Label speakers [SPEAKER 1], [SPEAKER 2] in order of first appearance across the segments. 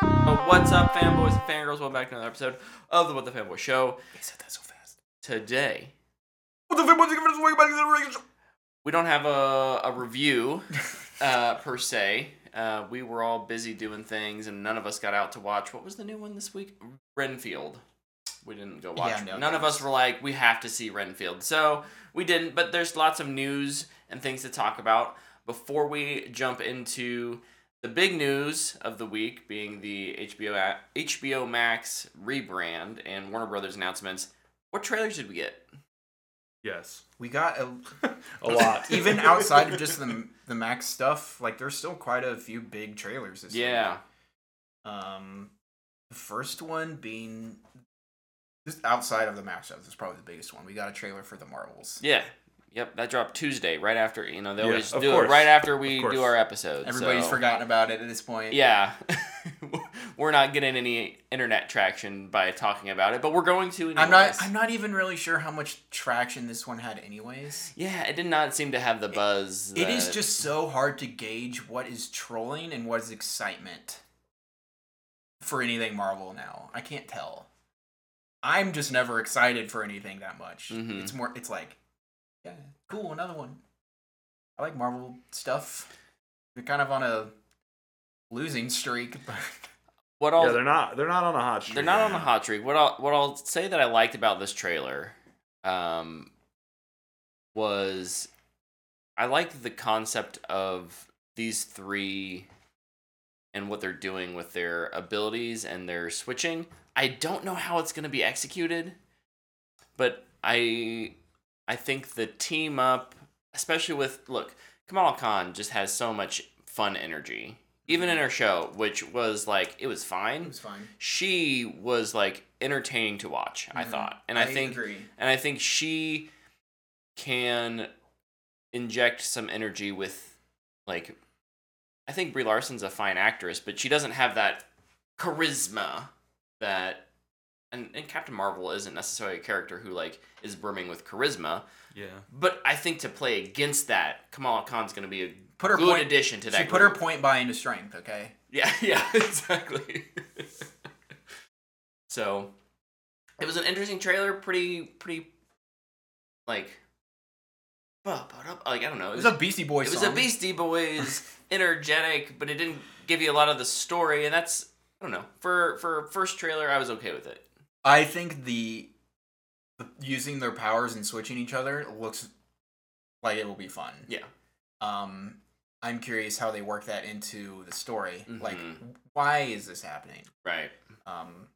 [SPEAKER 1] What's up, fanboys and fangirls? Welcome back to another episode of the What the Fanboy Show.
[SPEAKER 2] He said that so fast.
[SPEAKER 1] Today,
[SPEAKER 2] What the fuck? Everybody-
[SPEAKER 1] we don't have a, a review uh, per se. Uh, we were all busy doing things, and none of us got out to watch. What was the new one this week? Renfield. We didn't go watch.
[SPEAKER 2] Yeah, no,
[SPEAKER 1] none of
[SPEAKER 2] no.
[SPEAKER 1] us were like, we have to see Renfield, so we didn't. But there's lots of news and things to talk about before we jump into the big news of the week, being the HBO a- HBO Max rebrand and Warner Brothers announcements. What trailers did we get?
[SPEAKER 3] Yes.
[SPEAKER 2] We got a,
[SPEAKER 3] A lot.
[SPEAKER 2] even outside of just the the Max stuff. Like there's still quite a few big trailers this
[SPEAKER 1] Yeah,
[SPEAKER 2] week. Um, the first one being just outside of the Max stuff is probably the biggest one. We got a trailer for the Marvels.
[SPEAKER 1] Yeah. Yep, that dropped Tuesday, right after you know they
[SPEAKER 3] Yeah,
[SPEAKER 1] always
[SPEAKER 3] of
[SPEAKER 1] do
[SPEAKER 3] course.
[SPEAKER 1] it right after we
[SPEAKER 3] Of course.
[SPEAKER 1] do our episodes.
[SPEAKER 2] Everybody's
[SPEAKER 1] so-
[SPEAKER 2] forgotten about it at this point.
[SPEAKER 1] Yeah, we're not getting any internet traction by talking about it, but we're going to. Anyways.
[SPEAKER 2] I'm not. I'm not even really sure how much traction this one had, anyways.
[SPEAKER 1] Yeah, it did not seem to have the buzz.
[SPEAKER 2] It is
[SPEAKER 1] that-
[SPEAKER 2] just so hard to gauge what is trolling and what is excitement for anything Marvel now. I can't tell. I'm just never excited for anything that much.
[SPEAKER 1] Mhm.
[SPEAKER 2] It's more. It's like, yeah, cool, another one. I like Marvel stuff. They're kind of on a losing streak, but
[SPEAKER 1] what all.
[SPEAKER 3] yeah, they're not. They're not on a hot streak.
[SPEAKER 1] They're not
[SPEAKER 3] right
[SPEAKER 1] on a
[SPEAKER 3] now.
[SPEAKER 1] hot streak. What I'll what I'll say that I liked about this trailer, um, was I liked the concept of these three and what they're doing with their abilities and their switching. I don't know how it's gonna be executed, but I I think the team up, especially with look, Kamala Khan just has so much fun energy. Even
[SPEAKER 3] Mm-hmm.
[SPEAKER 1] in her show, which was like it was fine
[SPEAKER 2] it was fine.
[SPEAKER 1] she was like entertaining to watch i
[SPEAKER 2] Mhm.
[SPEAKER 1] thought and i, think
[SPEAKER 2] agree.
[SPEAKER 1] and i think she can inject some energy with like i think brie larson's a fine actress but she doesn't have that charisma that and, and captain marvel isn't necessarily a character who like is brimming with charisma
[SPEAKER 3] Yeah.
[SPEAKER 1] but i think to play against that kamala khan's going to be a
[SPEAKER 2] Put her
[SPEAKER 1] good
[SPEAKER 2] point.
[SPEAKER 1] addition to that
[SPEAKER 2] She put her
[SPEAKER 1] group.
[SPEAKER 2] point buy into strength. Okay.
[SPEAKER 1] Yeah, yeah, exactly. so it was an interesting trailer, pretty pretty like bu- bu- du- like I don't know.
[SPEAKER 2] It was a Beastie Boy
[SPEAKER 1] it was a
[SPEAKER 2] song.
[SPEAKER 1] Beastie Boys energetic, but it didn't give you a lot of the story and that's I don't know. For for first trailer I was okay with it.
[SPEAKER 2] I think the, the using their powers and switching each other looks like it will be fun.
[SPEAKER 1] Yeah.
[SPEAKER 2] Um, I'm curious how they work that into the story. Like,
[SPEAKER 1] Mhm.
[SPEAKER 2] why is this happening?
[SPEAKER 1] Right.
[SPEAKER 2] Um,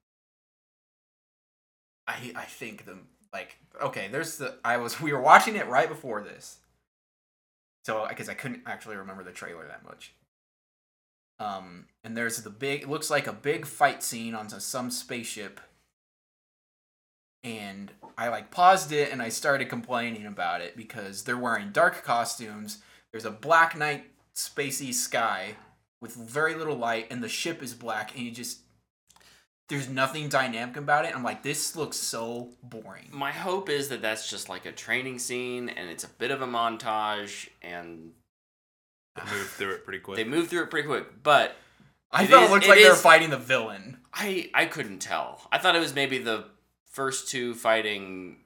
[SPEAKER 2] I I think the like okay, there's the I was we were watching it right before this, so because I couldn't actually remember the trailer that much. Um, and there's the big. It looks like a big fight scene on some- some spaceship. And I like paused it and I started complaining about it because they're wearing dark costumes. There's a black night spacey sky with very little light, and the ship is black, and you just there's nothing dynamic about it. I'm like, this looks so boring.
[SPEAKER 1] My hope is that that's just like a training scene and it's a bit of a montage and
[SPEAKER 3] They moved through it pretty quick.
[SPEAKER 1] they move through it pretty quick, but
[SPEAKER 2] I
[SPEAKER 1] It
[SPEAKER 2] thought
[SPEAKER 1] is-
[SPEAKER 2] it looked
[SPEAKER 1] it
[SPEAKER 2] like they were
[SPEAKER 1] is-
[SPEAKER 2] fighting the villain.
[SPEAKER 1] I I couldn't tell. I thought it was maybe the first two fighting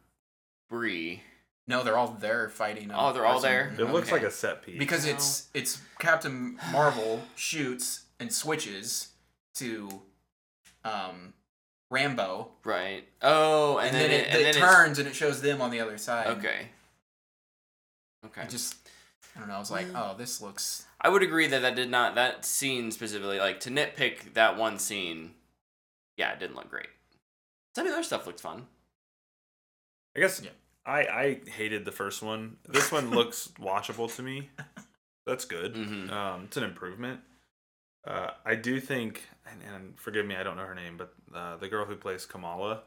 [SPEAKER 1] Bree.
[SPEAKER 2] No, they're all there fighting. a
[SPEAKER 1] Oh, they're all there?
[SPEAKER 3] it looks
[SPEAKER 1] Okay.
[SPEAKER 3] like a set piece.
[SPEAKER 2] because
[SPEAKER 1] No.
[SPEAKER 2] it's it's Captain Marvel shoots and switches to um Rambo,
[SPEAKER 1] Right. Oh,
[SPEAKER 2] and,
[SPEAKER 1] and,
[SPEAKER 2] then, it,
[SPEAKER 1] and then
[SPEAKER 2] it turns and it shows them on the other side.
[SPEAKER 1] It's, okay. Okay.
[SPEAKER 2] I just I don't know. I was like,
[SPEAKER 1] Yeah.
[SPEAKER 2] oh, this looks
[SPEAKER 1] I would agree that that did not that scene specifically like to nitpick that one scene. Yeah, it didn't look great. Some of the other stuff looked fun.
[SPEAKER 3] I guess
[SPEAKER 2] Yeah.
[SPEAKER 3] I I hated the first one. This one looks watchable to me. That's good.
[SPEAKER 1] Mhm.
[SPEAKER 3] Um, it's an improvement. Uh, I do think, and, and forgive me, I don't know her name, but uh, the girl who plays Kamala,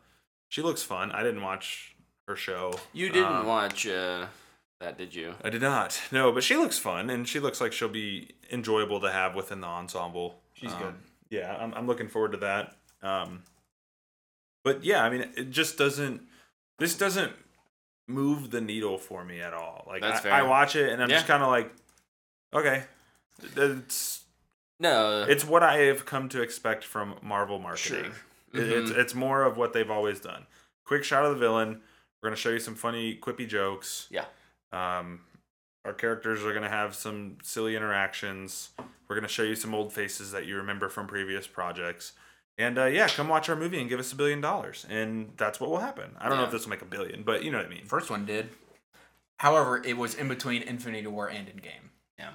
[SPEAKER 3] she looks fun. I didn't watch her show.
[SPEAKER 1] You didn't
[SPEAKER 3] Um,
[SPEAKER 1] watch uh, that, did you?
[SPEAKER 3] I did not. No, but she looks fun, and she looks like she'll be enjoyable to have within the ensemble.
[SPEAKER 2] She's
[SPEAKER 3] Um,
[SPEAKER 2] good.
[SPEAKER 3] Yeah, I'm, I'm looking forward to that. Um, but yeah, I mean, it just doesn't. This doesn't move the needle for me at all. Like
[SPEAKER 1] That's
[SPEAKER 3] I,
[SPEAKER 1] fair.
[SPEAKER 3] I watch it, and I'm just
[SPEAKER 1] Yeah.
[SPEAKER 3] kind of like, okay, that's
[SPEAKER 1] No,
[SPEAKER 3] It's what I have come to expect from Marvel marketing.
[SPEAKER 1] Uh, sure.
[SPEAKER 3] It- It's
[SPEAKER 1] Mhm.
[SPEAKER 3] it's more of what they've always done. Quick shot of the villain. We're gonna show you some funny, quippy jokes.
[SPEAKER 1] Yeah.
[SPEAKER 3] Um, our characters are gonna have some silly interactions. We're gonna show you some old faces that you remember from previous projects. And uh, yeah, come watch our movie and give us a billion dollars, and that's what will happen. I don't know
[SPEAKER 1] Yeah.
[SPEAKER 3] if this will make a billion, but you know what I mean.
[SPEAKER 2] First one did. However, it was in between Infinity War and Endgame.
[SPEAKER 1] Yeah.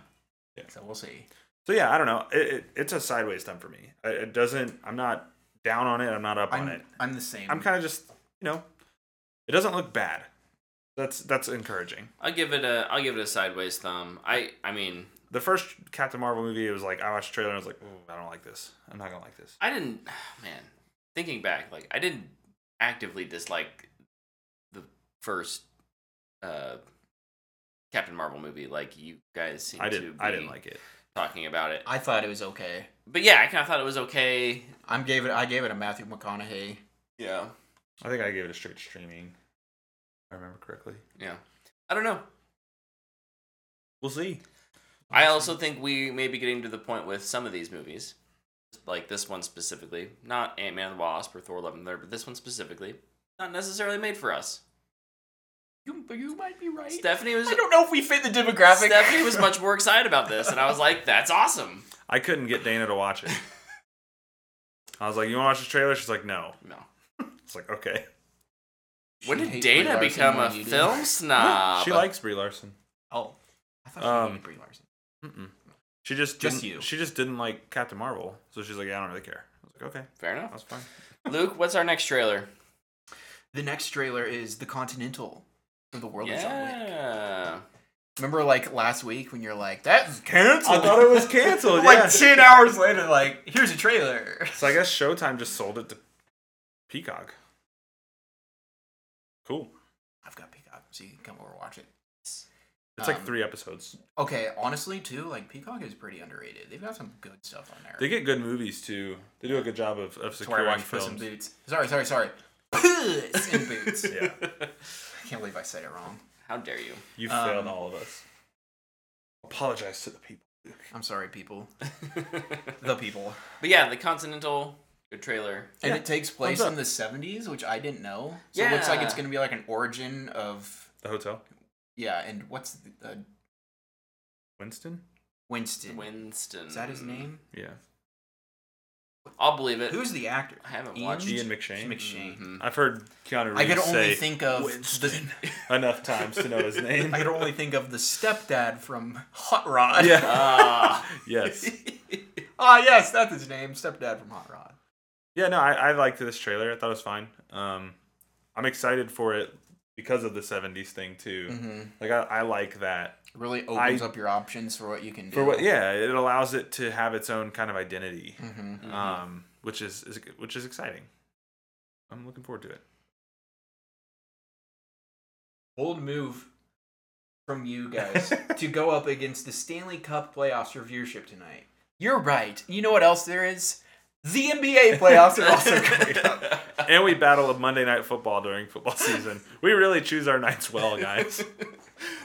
[SPEAKER 3] Yeah.
[SPEAKER 2] So we'll see.
[SPEAKER 3] So yeah, I don't know. It, it, it's a sideways thumb for me. It, it doesn't. I'm not down on it. I'm not up on
[SPEAKER 2] I'm,
[SPEAKER 3] it.
[SPEAKER 2] I'm the same.
[SPEAKER 3] I'm kind of just you know, it doesn't look bad. That's that's encouraging.
[SPEAKER 1] I'll give it a I'll give it a sideways thumb. I I mean
[SPEAKER 3] The first Captain Marvel movie, it was like I watched the trailer and I was like, Ooh, I don't like this. I'm not gonna like this.
[SPEAKER 1] I didn't man thinking back like I didn't actively dislike the first uh Captain Marvel movie like you guys seem
[SPEAKER 3] I
[SPEAKER 1] to
[SPEAKER 3] didn't.
[SPEAKER 1] be
[SPEAKER 3] I didn't like it.
[SPEAKER 1] talking about it.
[SPEAKER 2] I thought it was okay.
[SPEAKER 1] But yeah, I kind of thought it was okay.
[SPEAKER 2] I'm gave it. I gave it a Matthew McConaughey.
[SPEAKER 1] Yeah.
[SPEAKER 3] I think I gave it a straight streaming. If I remember correctly.
[SPEAKER 1] Yeah. I don't know.
[SPEAKER 3] We'll see.
[SPEAKER 1] I also think we may be getting to the point with some of these movies, like this one specifically, not Ant Man and the Wasp or Thor: Love and Thunder, but this one specifically, not necessarily made for us.
[SPEAKER 2] You, you might be right.
[SPEAKER 1] Stephanie was
[SPEAKER 2] I don't know if we fit the demographic.
[SPEAKER 1] Stephanie was much more excited about this, and I was like, "That's awesome."
[SPEAKER 3] I couldn't get Dana to watch it. I was like, "You want to watch the trailer?" She's like, "No."
[SPEAKER 1] No.
[SPEAKER 3] It's like, "Okay."
[SPEAKER 2] She
[SPEAKER 1] When did
[SPEAKER 2] hates Brie
[SPEAKER 1] Dana
[SPEAKER 2] Larson
[SPEAKER 1] become
[SPEAKER 2] more
[SPEAKER 1] a
[SPEAKER 2] than you do.
[SPEAKER 1] film
[SPEAKER 2] Ah,
[SPEAKER 1] snob?
[SPEAKER 3] she likes Brie Larson.
[SPEAKER 2] Oh, I thought
[SPEAKER 3] Um,
[SPEAKER 2] she hated Brie Larson.
[SPEAKER 3] Mm-mm. She just
[SPEAKER 2] Just
[SPEAKER 3] didn't,
[SPEAKER 2] you.
[SPEAKER 3] She just didn't like Captain Marvel, so she's like, "Yeah, I don't really care." I was like, "Okay,
[SPEAKER 1] Fair enough.
[SPEAKER 3] that's fine."
[SPEAKER 1] Luke, what's our next trailer?
[SPEAKER 2] The next trailer is The Continental for the world of John Wick.
[SPEAKER 1] Yeah.
[SPEAKER 2] Remember, like last week when you're like, "That's canceled."
[SPEAKER 3] I thought it was
[SPEAKER 1] Oh,
[SPEAKER 3] canceled. yeah.
[SPEAKER 2] like ten hours later, like here's a trailer.
[SPEAKER 3] So I guess Showtime just sold it to Peacock. Cool.
[SPEAKER 2] I've got Peacock, so you can come over and watch it.
[SPEAKER 3] It's like
[SPEAKER 2] Um,
[SPEAKER 3] three episodes.
[SPEAKER 2] Okay, honestly, too, like Peacock is pretty underrated. They've got some good stuff on there.
[SPEAKER 3] They get good movies too. They do a good job of, of
[SPEAKER 2] That's where I
[SPEAKER 3] securing
[SPEAKER 2] watch Puss in
[SPEAKER 3] films.
[SPEAKER 2] Boots. Sorry, sorry, sorry. Puss in Boots.
[SPEAKER 3] Yeah,
[SPEAKER 2] I can't believe I said it wrong.
[SPEAKER 1] How dare you?
[SPEAKER 3] you
[SPEAKER 2] Um,
[SPEAKER 3] failed all of us. Apologize to the people.
[SPEAKER 2] I'm sorry, people.
[SPEAKER 1] but
[SPEAKER 2] The people.
[SPEAKER 1] yeah, the Continental good trailer.
[SPEAKER 2] And
[SPEAKER 3] Yeah,
[SPEAKER 2] it takes place
[SPEAKER 3] up.
[SPEAKER 2] in the 70s, which I didn't know. So it looks like it's
[SPEAKER 1] Yeah.
[SPEAKER 2] going to be like an origin of.
[SPEAKER 3] The hotel,
[SPEAKER 2] Yeah, and what's the, uh,
[SPEAKER 3] Winston.
[SPEAKER 2] Winston?
[SPEAKER 1] Winston.
[SPEAKER 2] Is that his name?
[SPEAKER 3] Yeah,
[SPEAKER 1] I'll believe it.
[SPEAKER 2] Who's the actor?
[SPEAKER 1] I haven't
[SPEAKER 2] Ian?
[SPEAKER 1] watched.
[SPEAKER 3] Ian McShane.
[SPEAKER 2] McShane.
[SPEAKER 1] Mhm.
[SPEAKER 3] I've heard Keanu Reeves
[SPEAKER 2] I could only
[SPEAKER 3] say
[SPEAKER 2] think of
[SPEAKER 3] Winston.
[SPEAKER 2] the.
[SPEAKER 3] enough times to know his name.
[SPEAKER 2] I could only think of the stepdad from Hot Rod.
[SPEAKER 3] Yeah.
[SPEAKER 1] Ah.
[SPEAKER 3] yes.
[SPEAKER 2] Ah, yes, that's his name, stepdad from Hot Rod.
[SPEAKER 3] Yeah, no, I, I liked this trailer. I thought it was fine. Um, I'm excited for it because of the '70s thing too.
[SPEAKER 2] Mm-hmm.
[SPEAKER 3] Like I, I like that
[SPEAKER 2] Really opens up your options for what you can do.
[SPEAKER 3] for what? Yeah, it allows it to have its own kind of identity,
[SPEAKER 2] Mm-hmm.
[SPEAKER 1] Mhm.
[SPEAKER 3] um, which is, is which is exciting. I'm looking forward to it.
[SPEAKER 2] Bold move from you guys to go up against the Stanley Cup playoffs for viewership tonight. You're right. You know what else there is? The NBA playoffs are also coming up.
[SPEAKER 3] And we battle a Monday night football during football season. We really choose our nights well, guys.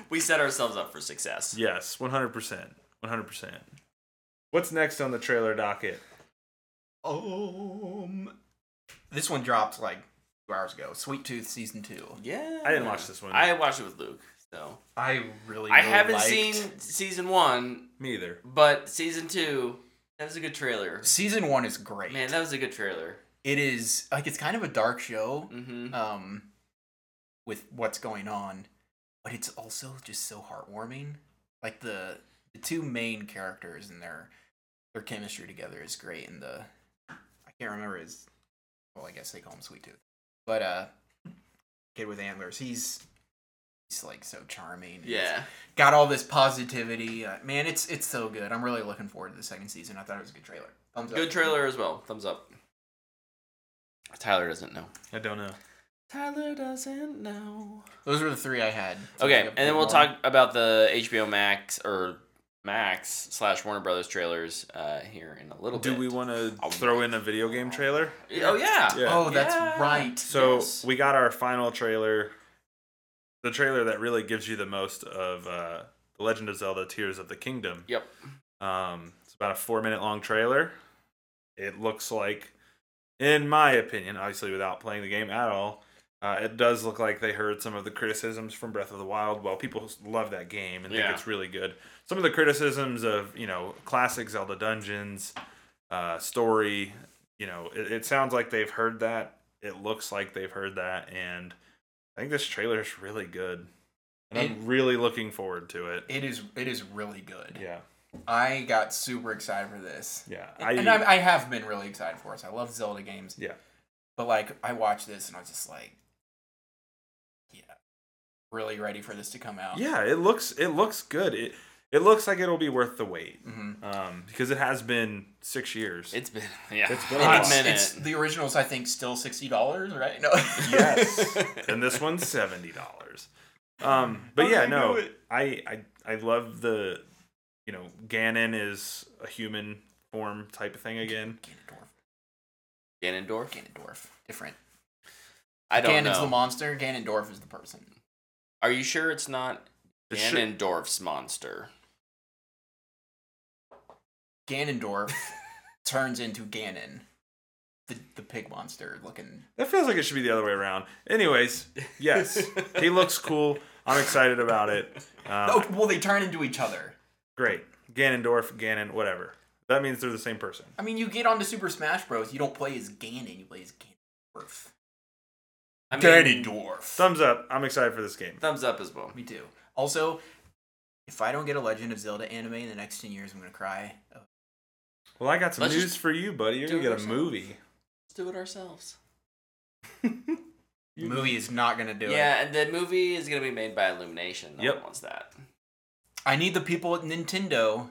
[SPEAKER 1] we set ourselves up for success.
[SPEAKER 3] Yes, 100%. 100%. What's next on the trailer docket?
[SPEAKER 2] Um, this one dropped like two hours ago. Sweet Tooth season two.
[SPEAKER 1] Yeah.
[SPEAKER 3] I didn't watch this one.
[SPEAKER 1] I watched it with Luke. So
[SPEAKER 2] I really,
[SPEAKER 1] I haven't
[SPEAKER 2] liked-
[SPEAKER 1] seen season one,
[SPEAKER 3] Me either.
[SPEAKER 1] but season two. That was a good trailer.
[SPEAKER 2] season one is great.
[SPEAKER 1] Man, that was a good trailer.
[SPEAKER 2] it is like it's kind of a dark show.
[SPEAKER 1] Mm-hmm.
[SPEAKER 2] um with what's going on but it's also just so heartwarming like the the two main characters and their their chemistry together is great and the i can't remember his well i guess they call him sweet tooth but uh kid with antlers he's he's like so charming and he's
[SPEAKER 1] Yeah.
[SPEAKER 2] got all this positivity uh, man it's it's so good i'm really looking forward to the second season i thought it was a good trailer Thumbs up.
[SPEAKER 1] Good trailer as well. Thumbs up. Tyler doesn't know.
[SPEAKER 3] I don't know.
[SPEAKER 1] Tyler doesn't know.
[SPEAKER 2] those were the three i had
[SPEAKER 1] Okay, and then we'll
[SPEAKER 2] More.
[SPEAKER 1] talk about the HBO Max or Max slash Warner Brothers trailers uh, here in a little
[SPEAKER 3] Do
[SPEAKER 1] bit.
[SPEAKER 3] we want to
[SPEAKER 1] I'll-
[SPEAKER 3] throw in a video game trailer?
[SPEAKER 1] Oh yeah.
[SPEAKER 3] Yeah.
[SPEAKER 2] oh that's
[SPEAKER 1] Yeah.
[SPEAKER 2] right
[SPEAKER 3] So
[SPEAKER 1] Yes.
[SPEAKER 3] we got our final trailer, the trailer that really gives you the most of uh, The Legend of Zelda: Tears of the Kingdom.
[SPEAKER 1] Yep.
[SPEAKER 3] Um, it's about a four minute long trailer. It looks like, in my opinion, obviously without playing the game at all, uh, it does look like they heard some of the criticisms from Breath of the Wild. Well, people love that game and
[SPEAKER 1] Yeah.
[SPEAKER 3] think it's really good. Some of the criticisms of you know classic Zelda dungeons, uh, story. You know, it, it sounds like they've heard that. It looks like they've heard that, and I think this trailer is really good. And I'm really looking forward to it.
[SPEAKER 2] It is it is really good.
[SPEAKER 3] Yeah,
[SPEAKER 2] I got super excited for this.
[SPEAKER 3] yeah.
[SPEAKER 2] and I, I have been really excited for it. I love Zelda games.
[SPEAKER 3] Yeah.
[SPEAKER 2] But like I watched this and I was just like Yeah. Really ready for this to come out.
[SPEAKER 3] yeah, it looks it looks good. It it looks like it'll be worth the wait.
[SPEAKER 2] hmm
[SPEAKER 3] Um, because it has been six years.
[SPEAKER 1] It's been yeah.
[SPEAKER 3] It's been a
[SPEAKER 1] a
[SPEAKER 3] while.
[SPEAKER 1] minute.
[SPEAKER 2] It's, the original's I think still sixty dollars, right? No.
[SPEAKER 3] yes, and this one's seventy dollars. Um, but
[SPEAKER 2] Oh,
[SPEAKER 1] How
[SPEAKER 3] yeah,
[SPEAKER 1] did they do
[SPEAKER 3] no,
[SPEAKER 1] it?
[SPEAKER 3] I, I I love the, you know, Ganon is a human form type of thing again.
[SPEAKER 2] Ganondorf.
[SPEAKER 1] Ganondorf.
[SPEAKER 2] Ganondorf. Different.
[SPEAKER 1] I don't
[SPEAKER 2] Ganon's
[SPEAKER 1] know.
[SPEAKER 2] the monster, Ganondorf is the person.
[SPEAKER 1] Are you sure it's not
[SPEAKER 3] It should-
[SPEAKER 1] Ganondorf's monster?
[SPEAKER 2] Ganondorf turns into Ganon. The the pig monster looking
[SPEAKER 3] That feels like it should be the other way around. Anyways, yes, he looks cool. I'm excited about it. Um,
[SPEAKER 2] Oh well they turn into each other.
[SPEAKER 3] Great, Ganondorf, Ganon, whatever. That means they're the same person.
[SPEAKER 2] I mean, you get onto Super Smash Bros. You don't play as Ganon. You play as Ganondorf.
[SPEAKER 1] I mean,
[SPEAKER 2] Dwarf.
[SPEAKER 3] Thumbs up. I'm excited for this game.
[SPEAKER 1] Thumbs up as well.
[SPEAKER 2] Me too. Also, if I don't get a Legend of Zelda anime in the next ten years, I'm gonna cry. Oh,
[SPEAKER 3] Well, I got some
[SPEAKER 1] Let's
[SPEAKER 3] news
[SPEAKER 1] just
[SPEAKER 3] for you, buddy. You're
[SPEAKER 1] do
[SPEAKER 3] gonna
[SPEAKER 1] it
[SPEAKER 3] get a
[SPEAKER 1] ourselves.
[SPEAKER 3] movie.
[SPEAKER 1] Let's do it ourselves.
[SPEAKER 2] the movie is not gonna do it.
[SPEAKER 1] yeah, and the movie is gonna be made by Illumination. No
[SPEAKER 3] Yep.
[SPEAKER 1] one wants that.
[SPEAKER 2] I need the people at Nintendo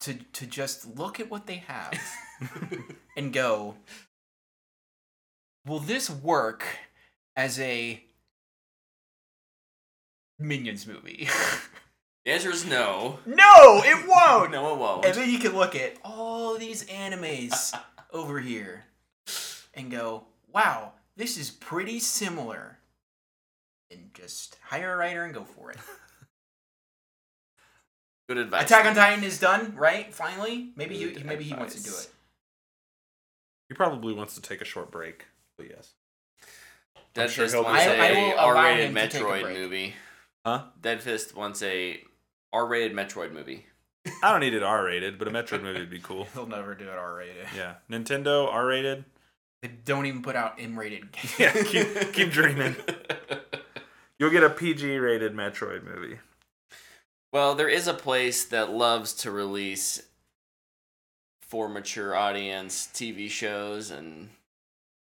[SPEAKER 2] to to just look at what they have and go, will this work as a Minions movie?
[SPEAKER 1] The answer is no.
[SPEAKER 2] no,
[SPEAKER 1] Oh
[SPEAKER 2] it won't.
[SPEAKER 1] no, it won't.
[SPEAKER 2] And then you can look at all these animes over here and go, wow, this is pretty similar. And just hire a writer and go for it.
[SPEAKER 1] Good advice.
[SPEAKER 2] Attack on Titan is done, right? Finally? Maybe you
[SPEAKER 1] Good
[SPEAKER 2] maybe he wants to do
[SPEAKER 1] advice.
[SPEAKER 2] it.
[SPEAKER 3] He probably wants to take a short break. But yes.
[SPEAKER 1] Dead
[SPEAKER 3] I'm sure
[SPEAKER 1] Fist
[SPEAKER 3] he'll
[SPEAKER 1] wants
[SPEAKER 2] do it. I- I
[SPEAKER 1] a
[SPEAKER 2] will allow
[SPEAKER 1] R-rated
[SPEAKER 2] him to take a
[SPEAKER 1] Metroid
[SPEAKER 2] break.
[SPEAKER 1] movie.
[SPEAKER 3] Huh?
[SPEAKER 1] Dead Fist wants a R-rated Metroid movie.
[SPEAKER 3] I don't need it R rated, but a Metroid movie would be cool.
[SPEAKER 2] He'll never do it R rated.
[SPEAKER 3] Yeah. Nintendo R rated.
[SPEAKER 2] They don't even put out M rated games.
[SPEAKER 3] Yeah, keep, keep dreaming. You'll get a PG rated Metroid movie.
[SPEAKER 1] Well, there is a place that loves to release for mature audience TV shows and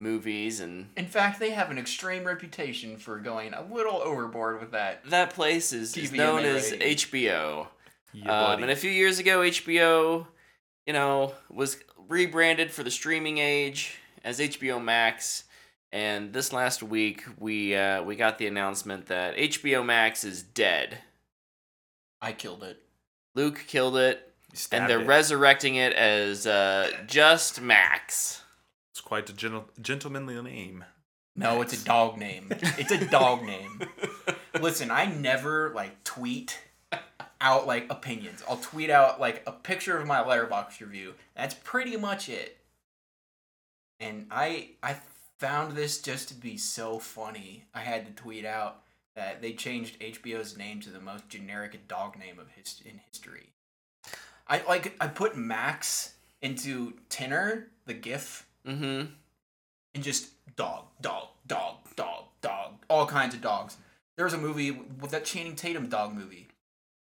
[SPEAKER 1] movies, and
[SPEAKER 2] In fact, they have an extreme reputation for going a little overboard with that.
[SPEAKER 1] that place is, is
[SPEAKER 2] TV
[SPEAKER 1] known
[SPEAKER 2] and
[SPEAKER 1] as
[SPEAKER 2] rating.
[SPEAKER 1] HBO.
[SPEAKER 3] Yeah,
[SPEAKER 1] um, and a few years ago, HBO, you know, was rebranded for the streaming age as HBO Max. And this last week, we uh, we got the announcement that HBO Max is dead.
[SPEAKER 2] I killed it.
[SPEAKER 1] Luke killed it, and they're resurrecting it as uh, just Max.
[SPEAKER 3] It's quite a gentle, gentlemanly name.
[SPEAKER 2] No, it's a dog name. It's a dog name. Listen, I never like tweet out like opinions. I'll tweet out like a picture of my letterbox review. That's pretty much it. And I I found this just to be so funny. I had to tweet out that they changed HBO's name to the most generic dog name of his in history. I like I put Max into Tenor, the GIF
[SPEAKER 1] hmm
[SPEAKER 2] and just dog, dog, dog, dog, dog, all kinds of dogs. There was a movie with that Channing Tatum dog movie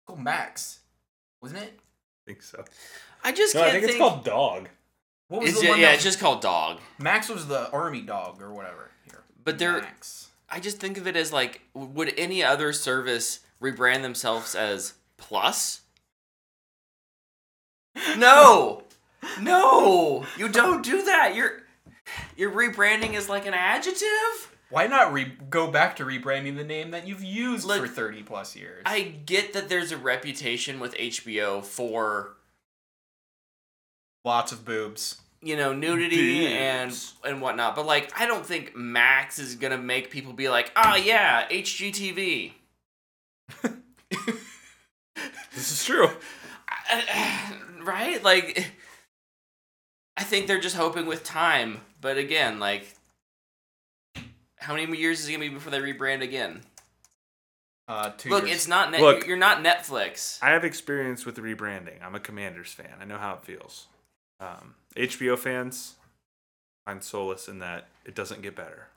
[SPEAKER 2] called Max, wasn't it?
[SPEAKER 3] I think so.
[SPEAKER 1] I just can't think.
[SPEAKER 3] Dog.
[SPEAKER 2] What was
[SPEAKER 1] It's
[SPEAKER 2] the
[SPEAKER 1] ju-
[SPEAKER 2] one?
[SPEAKER 1] yeah,
[SPEAKER 2] that-
[SPEAKER 1] it's just called Dog.
[SPEAKER 2] Max was the army dog or whatever. Here,
[SPEAKER 1] But there-
[SPEAKER 2] Max.
[SPEAKER 1] I just think of it as like, w- would any other service rebrand themselves as Plus? No, no, you don't do that. You're you're rebranding is like an adjective.
[SPEAKER 2] Why not re- go back to rebranding the name that you've used
[SPEAKER 1] Look,
[SPEAKER 2] for thirty plus years?
[SPEAKER 1] I get that there's a reputation with HBO for
[SPEAKER 2] Lots of boobs.
[SPEAKER 1] you know nudity
[SPEAKER 3] Boobs.
[SPEAKER 1] and and whatnot, but like I don't think Max is gonna make people "Ah, be like, oh yeah, HGTV.
[SPEAKER 3] This is true.
[SPEAKER 1] right? Like, I think they're just hoping with time. But again, like, how many more years is it gonna be before they rebrand again?
[SPEAKER 2] Uh, two
[SPEAKER 1] Look,
[SPEAKER 2] years.
[SPEAKER 1] it's not net.
[SPEAKER 3] Look.
[SPEAKER 1] you're not Netflix.
[SPEAKER 3] I have experience with rebranding. I'm a Commanders fan. I know how it feels. Um, HBO fans find solace in that it doesn't get better.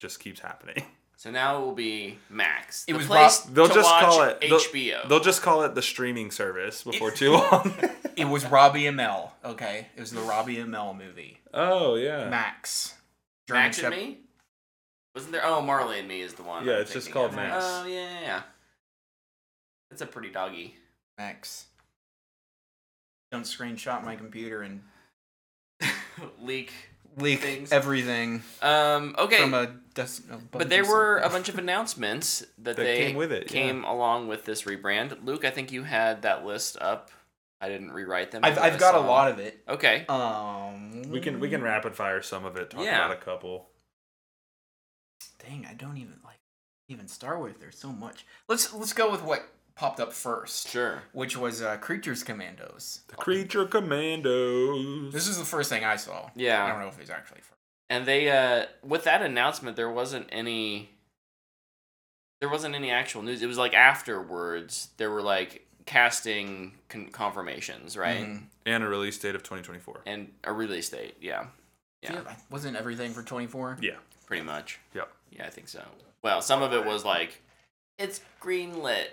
[SPEAKER 3] just keeps happening.
[SPEAKER 1] So now it will be Max.
[SPEAKER 2] It
[SPEAKER 1] the
[SPEAKER 2] was
[SPEAKER 1] place
[SPEAKER 2] brought-
[SPEAKER 3] They'll
[SPEAKER 1] to
[SPEAKER 3] just
[SPEAKER 1] watch
[SPEAKER 3] call it they'll-
[SPEAKER 1] HBO.
[SPEAKER 3] They'll just call it the streaming service before too long.
[SPEAKER 2] it was Robbie Amell. Okay, it was the Robbie Amell movie.
[SPEAKER 3] oh yeah.
[SPEAKER 2] Max. German
[SPEAKER 1] Max and
[SPEAKER 2] Shep-
[SPEAKER 1] me. Wasn't there? Oh, Marley and me is the one.
[SPEAKER 3] Yeah,
[SPEAKER 1] I'm
[SPEAKER 3] it's just
[SPEAKER 1] thinking of.
[SPEAKER 3] called Max.
[SPEAKER 1] Oh yeah, yeah, yeah. That's a pretty doggy.
[SPEAKER 2] Max. Don't screenshot my computer and
[SPEAKER 1] leak.
[SPEAKER 2] leak
[SPEAKER 1] Things.
[SPEAKER 2] everything
[SPEAKER 1] Um. Okay.
[SPEAKER 2] from a desk. a bunch
[SPEAKER 1] but there
[SPEAKER 2] of
[SPEAKER 1] were a
[SPEAKER 2] stuff.
[SPEAKER 1] bunch of announcements that,
[SPEAKER 3] That
[SPEAKER 1] they
[SPEAKER 3] came with it, yeah.
[SPEAKER 1] came along with this rebrand. Luke, I think you had that list up. I didn't rewrite them.
[SPEAKER 2] I've,
[SPEAKER 1] but I
[SPEAKER 2] I've got a
[SPEAKER 1] saw
[SPEAKER 2] lot of it.
[SPEAKER 1] them. Okay.
[SPEAKER 2] Um,
[SPEAKER 3] We can we can rapid fire some of it. Talk
[SPEAKER 1] Yeah.
[SPEAKER 3] about a couple.
[SPEAKER 2] Dang, I don't even like even start with. There's so much. Let's let's go with what popped up first,
[SPEAKER 1] Sure.
[SPEAKER 2] which was uh, Creatures Commandos.
[SPEAKER 3] The Creature Commandos.
[SPEAKER 2] This is the first thing I saw. I
[SPEAKER 1] Yeah.
[SPEAKER 2] don't know if it's actually first.
[SPEAKER 1] And they uh with that announcement there wasn't any there wasn't any actual news. It was like afterwards there were like casting con- confirmations, right?
[SPEAKER 2] Mhm.
[SPEAKER 3] and a release date of 2024.
[SPEAKER 1] And a release date. Yeah. Yeah.
[SPEAKER 2] Yeah, wasn't everything for 24?
[SPEAKER 3] Yeah.
[SPEAKER 1] Pretty much.
[SPEAKER 3] Yep.
[SPEAKER 1] Yeah, I think so. Well, some of it was like, it's greenlit.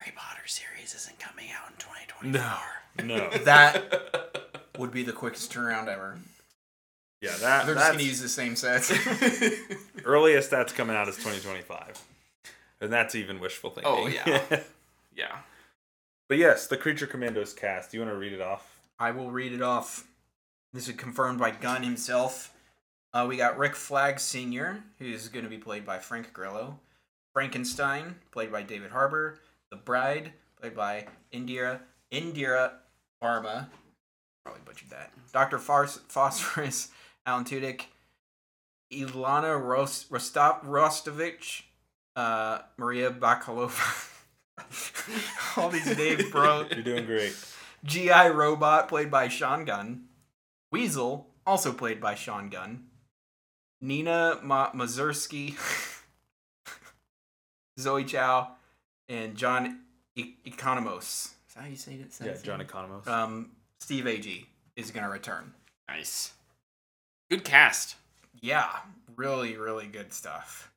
[SPEAKER 1] Harry Potter series isn't coming out in 2024.
[SPEAKER 3] No.
[SPEAKER 2] That would be the quickest turnaround ever.
[SPEAKER 3] yeah, that
[SPEAKER 2] They're just
[SPEAKER 3] that's
[SPEAKER 2] gonna use the same sets.
[SPEAKER 3] earliest that's coming out is 2025. And that's even wishful thinking.
[SPEAKER 1] Oh, yeah. Yeah.
[SPEAKER 3] but yes, the Creature Commandos cast. Do you want to read it off?
[SPEAKER 2] I will read it off. This is confirmed by Gunn himself. Uh, we got Rick Flagg Sr., who's going to be played by Frank Grillo. Frankenstein, played by David Harbour. The Bride, played by Indira Indira Varma. Probably butchered that. Dr. Fars- Phosphorus, Alan Tudyk. Ilana Rost- Rostov- Rostovich, uh, Maria Bakalova. All these names, bro.
[SPEAKER 3] You're doing great.
[SPEAKER 2] GI Robot, played by Sean Gunn. Weasel, also played by Sean Gunn. Nina Ma- Mazursky, Zoe Chow, and John e- Economos. Is that how you say it?
[SPEAKER 3] yeah, John Economos.
[SPEAKER 2] Um, Steve Agee is going to return.
[SPEAKER 1] Nice. Good cast.
[SPEAKER 2] Yeah, really, really good stuff.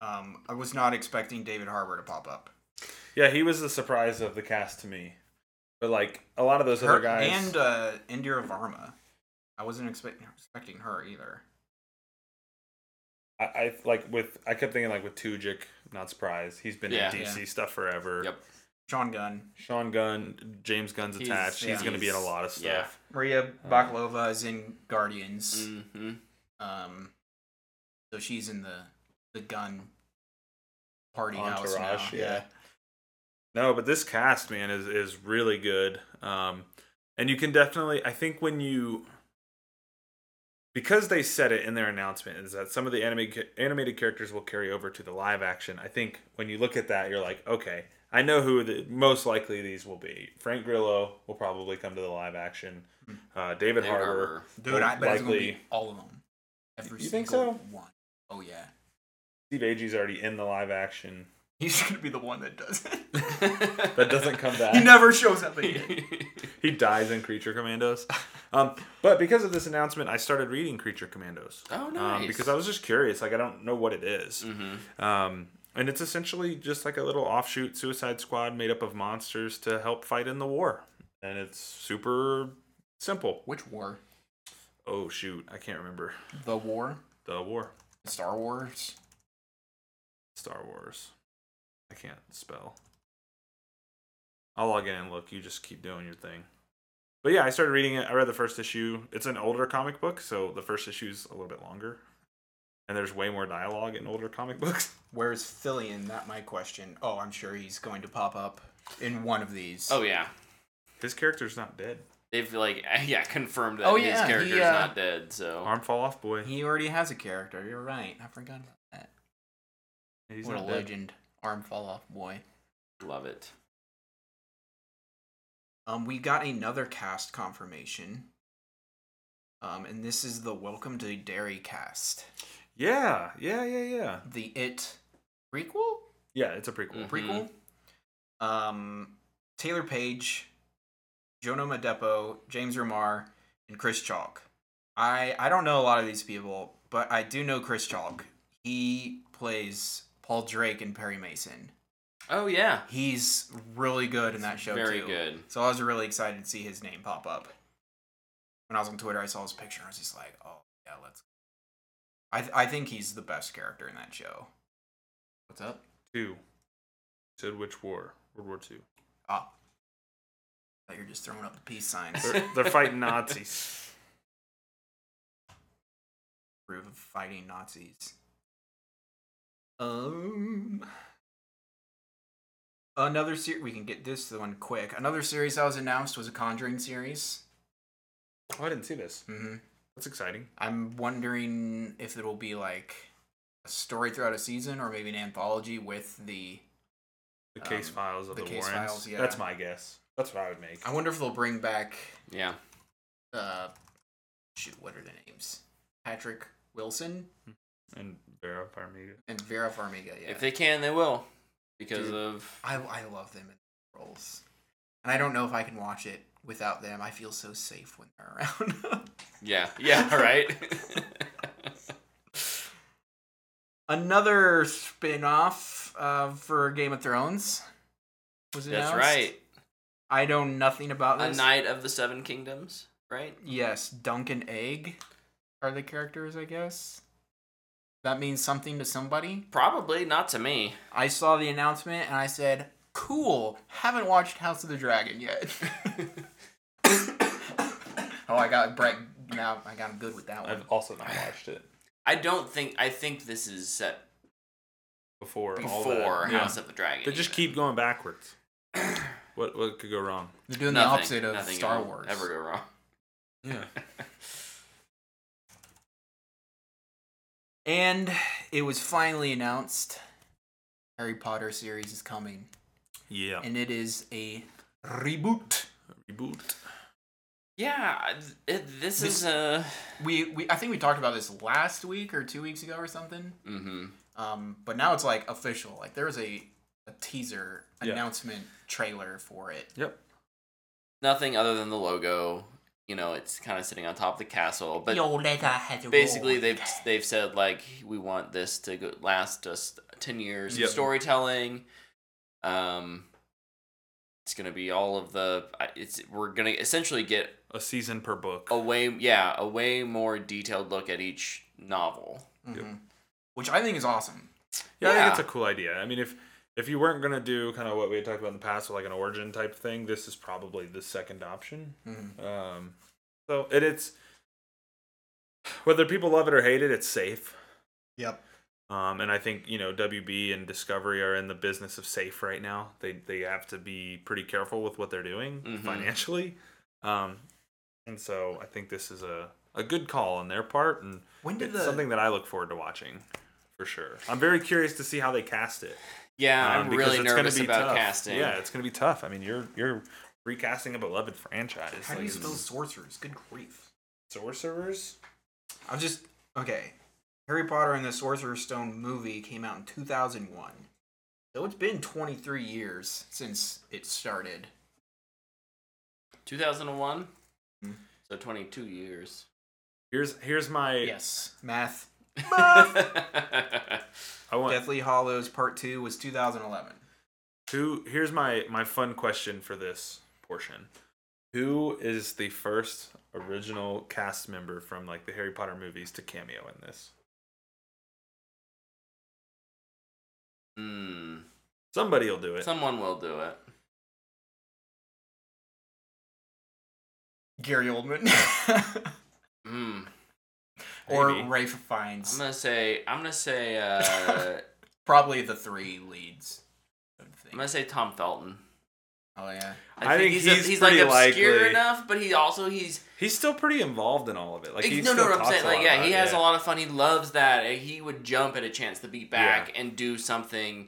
[SPEAKER 2] Um, I was not expecting David Harbour to pop up.
[SPEAKER 3] yeah, he was the surprise of the cast to me. But like a lot of those
[SPEAKER 2] Her-
[SPEAKER 3] other guys
[SPEAKER 2] and uh, Indira Varma. I wasn't expect- expecting her either.
[SPEAKER 3] I, I like with I kept thinking like with Tujic, not surprised. He's been
[SPEAKER 1] Yeah.
[SPEAKER 3] in DC stuff forever.
[SPEAKER 1] Yep.
[SPEAKER 2] Sean Gunn,
[SPEAKER 3] Sean Gunn, James Gunn's
[SPEAKER 1] He's-
[SPEAKER 3] attached. He's
[SPEAKER 2] yeah.
[SPEAKER 3] going to be in a lot of
[SPEAKER 1] Yeah.
[SPEAKER 3] stuff.
[SPEAKER 2] Maria
[SPEAKER 3] Uh, mm.
[SPEAKER 2] Bakalova is in Guardians.
[SPEAKER 1] Mm-hmm.
[SPEAKER 2] Um, so she's in the the gun party house
[SPEAKER 3] Entourage,
[SPEAKER 2] now.
[SPEAKER 3] yeah. No, but this cast man is is really good. Um and you can definitely I think when you because they said it in their announcement is that some of the anime, animated characters will carry over to the live action. I think when you look at that you're like, okay, I know who the most likely these will be. Frank Grillo will probably come to the live action. Uh, David Harbour.
[SPEAKER 2] Dude, I bet it's gonna be
[SPEAKER 3] Likely.
[SPEAKER 2] all of them. Every
[SPEAKER 3] You
[SPEAKER 2] single
[SPEAKER 3] think
[SPEAKER 2] one. Oh yeah.
[SPEAKER 3] Steve Agee's already in the live action.
[SPEAKER 2] He's gonna be the one that does it.
[SPEAKER 3] That doesn't come back.
[SPEAKER 2] he never shows up again.
[SPEAKER 3] He dies in Creature Commandos. Um, but because of this announcement, I started reading Creature Commandos.
[SPEAKER 1] Oh,
[SPEAKER 3] Um,
[SPEAKER 1] nice.
[SPEAKER 3] because I was just curious. Like, I don't know what it is.
[SPEAKER 1] mm-hmm.
[SPEAKER 3] Um, and it's essentially just like a little offshoot suicide squad made up of monsters to help fight in the war. And it's super simple.
[SPEAKER 2] Which war?
[SPEAKER 3] Oh, shoot. I can't remember.
[SPEAKER 2] The war?
[SPEAKER 3] The war.
[SPEAKER 2] Star Wars?
[SPEAKER 3] Star Wars. I can't spell. I'll log in and look. You just keep doing your thing. But yeah, I started reading it. I read the first issue. It's an older comic book, so the first issue's a little bit longer. And there's way more dialogue in older comic books.
[SPEAKER 2] Where's Fillion? Not my question. Oh, I'm sure he's going to pop up in one of these.
[SPEAKER 1] Oh, yeah.
[SPEAKER 3] His character's not dead.
[SPEAKER 1] They've, like, yeah, confirmed that
[SPEAKER 2] Oh,
[SPEAKER 1] his
[SPEAKER 2] yeah, he,
[SPEAKER 1] character's
[SPEAKER 2] uh,
[SPEAKER 1] not dead, so.
[SPEAKER 3] Arm fall off boy.
[SPEAKER 2] He already has a character. You're right. I forgot about that.
[SPEAKER 3] He's
[SPEAKER 2] what a
[SPEAKER 3] not dead.
[SPEAKER 2] legend. Arm fall off boy.
[SPEAKER 1] Love it.
[SPEAKER 2] Um, we got another cast confirmation. Um, and this is the Welcome to Dairy cast.
[SPEAKER 3] Yeah, yeah, yeah, yeah.
[SPEAKER 2] The It prequel?
[SPEAKER 3] Yeah, it's a
[SPEAKER 1] Mm.
[SPEAKER 3] prequel.
[SPEAKER 2] Prequel? Um, Taylor Page, Jono Madepo, James Ramar, and Chris Chalk. I, I don't know a lot of these people, but I do know Chris Chalk. He plays Paul Drake and Perry Mason.
[SPEAKER 1] Oh yeah,
[SPEAKER 2] He's really good in that show
[SPEAKER 1] very
[SPEAKER 2] too.
[SPEAKER 1] good.
[SPEAKER 2] So I was really excited to see his name pop up. When I was on Twitter, I saw his picture and I was just like, "Oh yeah, let's." I th- I think he's the best character in that show. What's up?
[SPEAKER 3] Two. Said which war? World War Two.
[SPEAKER 2] Ah, I thought you're just throwing up the peace signs.
[SPEAKER 3] They're, they're fighting Nazis.
[SPEAKER 2] Proof of fighting Nazis. Um. Another series we can get this one quick. Another series that was announced was a Conjuring series.
[SPEAKER 3] Oh, I didn't see this.
[SPEAKER 2] Mm-hmm.
[SPEAKER 3] That's exciting.
[SPEAKER 2] I'm wondering if it'll be like a story throughout a season or maybe an anthology with the
[SPEAKER 3] The case
[SPEAKER 2] Um,
[SPEAKER 3] files of
[SPEAKER 2] the
[SPEAKER 3] the,
[SPEAKER 2] case
[SPEAKER 3] Warrens.
[SPEAKER 2] files, yeah.
[SPEAKER 3] That's my guess. That's what I would make.
[SPEAKER 2] I wonder if they'll bring back
[SPEAKER 1] Yeah,
[SPEAKER 2] uh shoot, what are the names? Patrick Wilson
[SPEAKER 3] And Vera Farmiga.
[SPEAKER 2] and Vera Farmiga, yeah.
[SPEAKER 1] if they can, they will, because
[SPEAKER 2] Dude.
[SPEAKER 1] of
[SPEAKER 2] I I love them in their roles. And I don't know if I can watch it without them. I feel so safe when they're around.
[SPEAKER 1] yeah, yeah, right.
[SPEAKER 2] Another spin-off uh, for Game of Thrones was
[SPEAKER 1] That's
[SPEAKER 2] announced.
[SPEAKER 1] right.
[SPEAKER 2] I know nothing about
[SPEAKER 1] A
[SPEAKER 2] this.
[SPEAKER 1] Knight of the Seven Kingdoms, right?
[SPEAKER 2] Yes, Dunk and Egg are the characters, I guess. That means something to somebody.
[SPEAKER 1] Probably not to me.
[SPEAKER 2] I saw the announcement and I said, cool, haven't watched House of the Dragon yet. oh, I got Brett. Now I got him good with that one.
[SPEAKER 3] I've also not watched it
[SPEAKER 1] I don't think. I think this is set
[SPEAKER 3] before. all that.
[SPEAKER 1] before
[SPEAKER 3] Yeah.
[SPEAKER 1] House of the Dragon.
[SPEAKER 3] They just
[SPEAKER 1] even.
[SPEAKER 3] keep going backwards. what what could go wrong?
[SPEAKER 2] They're doing
[SPEAKER 1] Nothing-
[SPEAKER 2] the opposite of
[SPEAKER 1] nothing
[SPEAKER 2] Star
[SPEAKER 1] will
[SPEAKER 2] Wars.
[SPEAKER 1] Ever go wrong?
[SPEAKER 3] Yeah.
[SPEAKER 2] And it was finally announced Harry Potter series is coming.
[SPEAKER 3] Yeah.
[SPEAKER 2] And it is a reboot.
[SPEAKER 3] Reboot.
[SPEAKER 1] Yeah, I- it, this,
[SPEAKER 2] This-
[SPEAKER 1] is a.
[SPEAKER 2] We, we I think we talked about this last week or two weeks ago or something.
[SPEAKER 1] hmm
[SPEAKER 2] Um, but now it's like official. Like there was a, a teaser
[SPEAKER 3] Yeah.
[SPEAKER 2] announcement trailer for it.
[SPEAKER 3] Yep.
[SPEAKER 1] Nothing other than the logo. You know, it's kind of sitting on top of the castle, but
[SPEAKER 2] Your letter had
[SPEAKER 3] Oh
[SPEAKER 2] rolled.
[SPEAKER 1] basically they've they've said like we want this to go, last us ten years
[SPEAKER 3] Yep.
[SPEAKER 1] of storytelling. Um, it's gonna be all of the. I- It's we're gonna essentially get
[SPEAKER 3] A season per book.
[SPEAKER 2] Oh,
[SPEAKER 1] a way yeah a way more detailed look at each novel.
[SPEAKER 2] Mhm. which I think is awesome.
[SPEAKER 3] Yeah, I
[SPEAKER 1] Yeah.
[SPEAKER 3] think it's a cool idea. I mean, if if you weren't gonna do kind of what we had talked about in the past with like an origin type thing, this is probably the second option.
[SPEAKER 2] hmm
[SPEAKER 3] Um, so it, it's whether people love it or hate it, it's safe.
[SPEAKER 2] Yep.
[SPEAKER 3] Um, and I think you know WB and Discovery are in the business of safe right now. They they have to be pretty careful with what they're doing
[SPEAKER 1] Mhm.
[SPEAKER 3] financially. Um, and so I think this is a a good call on their part and
[SPEAKER 2] When did
[SPEAKER 3] it's
[SPEAKER 2] the
[SPEAKER 3] something that I look forward to watching for sure. I'm very curious to see how they cast it.
[SPEAKER 1] Yeah,
[SPEAKER 3] um,
[SPEAKER 1] I'm
[SPEAKER 3] because
[SPEAKER 1] really
[SPEAKER 3] it's gonna
[SPEAKER 1] nervous
[SPEAKER 3] be
[SPEAKER 1] about
[SPEAKER 3] tough.
[SPEAKER 1] casting.
[SPEAKER 3] Yeah, it's gonna be tough. I mean, you're you're recasting a beloved franchise.
[SPEAKER 2] how do
[SPEAKER 3] Like,
[SPEAKER 2] you
[SPEAKER 3] it's-
[SPEAKER 2] spell sorcerers? Good grief!
[SPEAKER 3] sorcerers?
[SPEAKER 2] I'm just okay. Harry Potter and the Sorcerer's Stone movie came out in 2001, so it's been 23 years since it started.
[SPEAKER 1] 2001.
[SPEAKER 2] Hmm.
[SPEAKER 3] Mm.
[SPEAKER 1] So 22 years.
[SPEAKER 3] Here's here's my
[SPEAKER 2] Yes, math.
[SPEAKER 1] Hmm,
[SPEAKER 3] I want
[SPEAKER 2] Deathly Hollows Part Two was 2011.
[SPEAKER 3] who here's my my fun question for this portion. Who is the first original cast member from like the Harry Potter movies to cameo in this?
[SPEAKER 1] Hmm.
[SPEAKER 3] Somebody will do it.
[SPEAKER 1] Someone will do it.
[SPEAKER 2] Gary Oldman.
[SPEAKER 1] Hmm.
[SPEAKER 2] or
[SPEAKER 3] Maybe.
[SPEAKER 2] Rafe Fiennes.
[SPEAKER 1] I'm gonna say. I'm gonna say. Uh, I'm
[SPEAKER 2] Probably the three leads. I would think.
[SPEAKER 1] gonna say Tom Felton.
[SPEAKER 2] Oh yeah.
[SPEAKER 3] I think
[SPEAKER 1] a-
[SPEAKER 3] he's pretty likely.
[SPEAKER 1] enough, but he also he's
[SPEAKER 3] He's still pretty involved in all of it. Like he
[SPEAKER 1] no,
[SPEAKER 3] still
[SPEAKER 1] no, no. I'm
[SPEAKER 3] talks
[SPEAKER 1] saying
[SPEAKER 3] a
[SPEAKER 1] like
[SPEAKER 3] lot
[SPEAKER 1] yeah,
[SPEAKER 3] about
[SPEAKER 1] he
[SPEAKER 3] it,
[SPEAKER 1] has
[SPEAKER 3] yeah.
[SPEAKER 1] a lot of fun. He loves that. and He would jump at a chance to be back and do something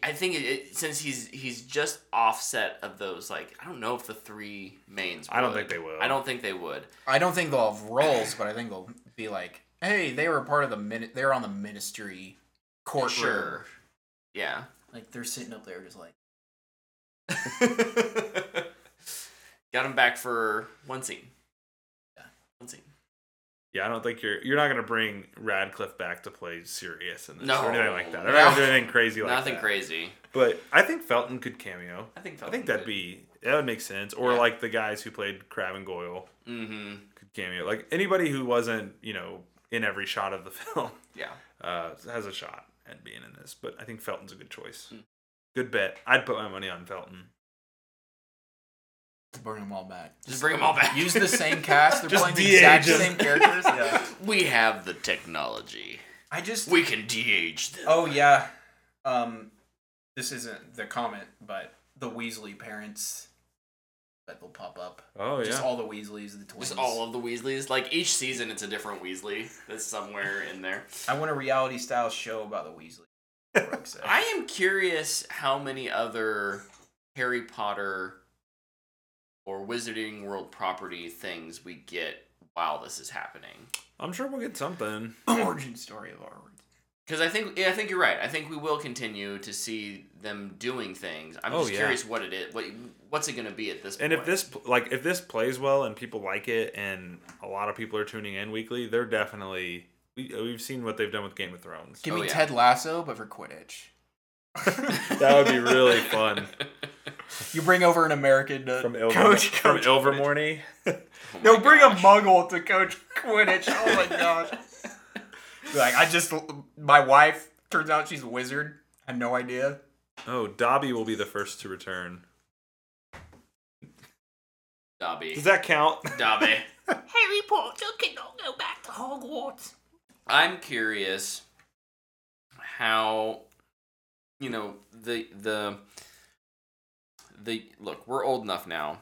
[SPEAKER 1] I think it, it, since he's he's just offset of those, like I don't know if the three mains.
[SPEAKER 3] I don't
[SPEAKER 1] would.
[SPEAKER 3] think they will.
[SPEAKER 1] I don't think they would.
[SPEAKER 2] I don't think they'll have roles, but I think they'll be like, hey, they were part of the minute. They're on the ministry courtroom.
[SPEAKER 1] Sure. Yeah.
[SPEAKER 2] Like they're sitting up there just like.
[SPEAKER 1] Got him back for one scene.
[SPEAKER 2] Yeah.
[SPEAKER 1] One scene.
[SPEAKER 3] Yeah, I don't think you're you're not gonna bring Radcliffe back to play Sirius in this
[SPEAKER 1] No.
[SPEAKER 3] or anything like that. They're
[SPEAKER 2] No.
[SPEAKER 3] not gonna do anything crazy like
[SPEAKER 1] Nothing
[SPEAKER 3] that.
[SPEAKER 1] crazy.
[SPEAKER 3] But I think Felton could cameo.
[SPEAKER 1] I think.
[SPEAKER 3] I think that'd be that would make sense. Or
[SPEAKER 1] Yeah.
[SPEAKER 3] like the guys who played Crab and Goyle
[SPEAKER 1] Mm-hmm.
[SPEAKER 3] could cameo. Like anybody who wasn't you know in every shot of the film
[SPEAKER 1] Yeah.
[SPEAKER 3] uh, has a shot at being in this. But I think Felton's a good choice.
[SPEAKER 2] Hmm.
[SPEAKER 3] Good bet. I'd put my money on Felton.
[SPEAKER 2] Burn them all back.
[SPEAKER 1] Just bring them all back.
[SPEAKER 2] Use the same cast. They're
[SPEAKER 3] Just
[SPEAKER 2] playing the
[SPEAKER 3] de-age
[SPEAKER 2] exact
[SPEAKER 3] them.
[SPEAKER 2] same characters. Yeah.
[SPEAKER 1] We have the technology.
[SPEAKER 2] I just.
[SPEAKER 1] We can de-age them.
[SPEAKER 2] Oh yeah. Um, this isn't the comment, but the Weasley parents that will pop up.
[SPEAKER 3] Oh yeah.
[SPEAKER 2] Just all the Weasleys, the twins.
[SPEAKER 1] Just all of the Weasleys. Like each season, it's a different Weasley that's somewhere in there.
[SPEAKER 2] I want a reality style show about the Weasleys. Brooke said.
[SPEAKER 1] I am curious how many other Harry Potter or Wizarding World property things we get while this is happening.
[SPEAKER 3] I'm sure we'll get something.
[SPEAKER 2] origin story of our
[SPEAKER 1] Because I think yeah, I think you're right. I think we will continue to see them doing things. I'm
[SPEAKER 3] Oh,
[SPEAKER 1] just
[SPEAKER 3] yeah.
[SPEAKER 1] curious what it is. What what's it going to be at this
[SPEAKER 3] And
[SPEAKER 1] point?
[SPEAKER 3] if this like if this plays well and people like it and a lot of people are tuning in weekly, they're definitely we, uh, we've seen what they've done with Game of Thrones.
[SPEAKER 2] Give
[SPEAKER 1] Oh,
[SPEAKER 2] me
[SPEAKER 1] yeah.
[SPEAKER 2] Ted Lasso, but for Quidditch.
[SPEAKER 3] That would be really fun.
[SPEAKER 2] You bring over an American to
[SPEAKER 3] From Ilver-
[SPEAKER 2] coach.
[SPEAKER 3] from
[SPEAKER 2] coach Quidditch.
[SPEAKER 3] Ilvermorny.
[SPEAKER 1] Oh my
[SPEAKER 2] No, bring a
[SPEAKER 1] gosh.
[SPEAKER 2] Muggle to coach Quidditch. Oh my gosh! Be like I just, my wife turns out she's a wizard. I had no idea.
[SPEAKER 3] Oh, Dobby will be the first to return.
[SPEAKER 1] Dobby.
[SPEAKER 3] Does that count?
[SPEAKER 1] Dobby.
[SPEAKER 4] Harry Potter cannot go back to Hogwarts.
[SPEAKER 1] I'm curious how you know the the the look, we're old enough now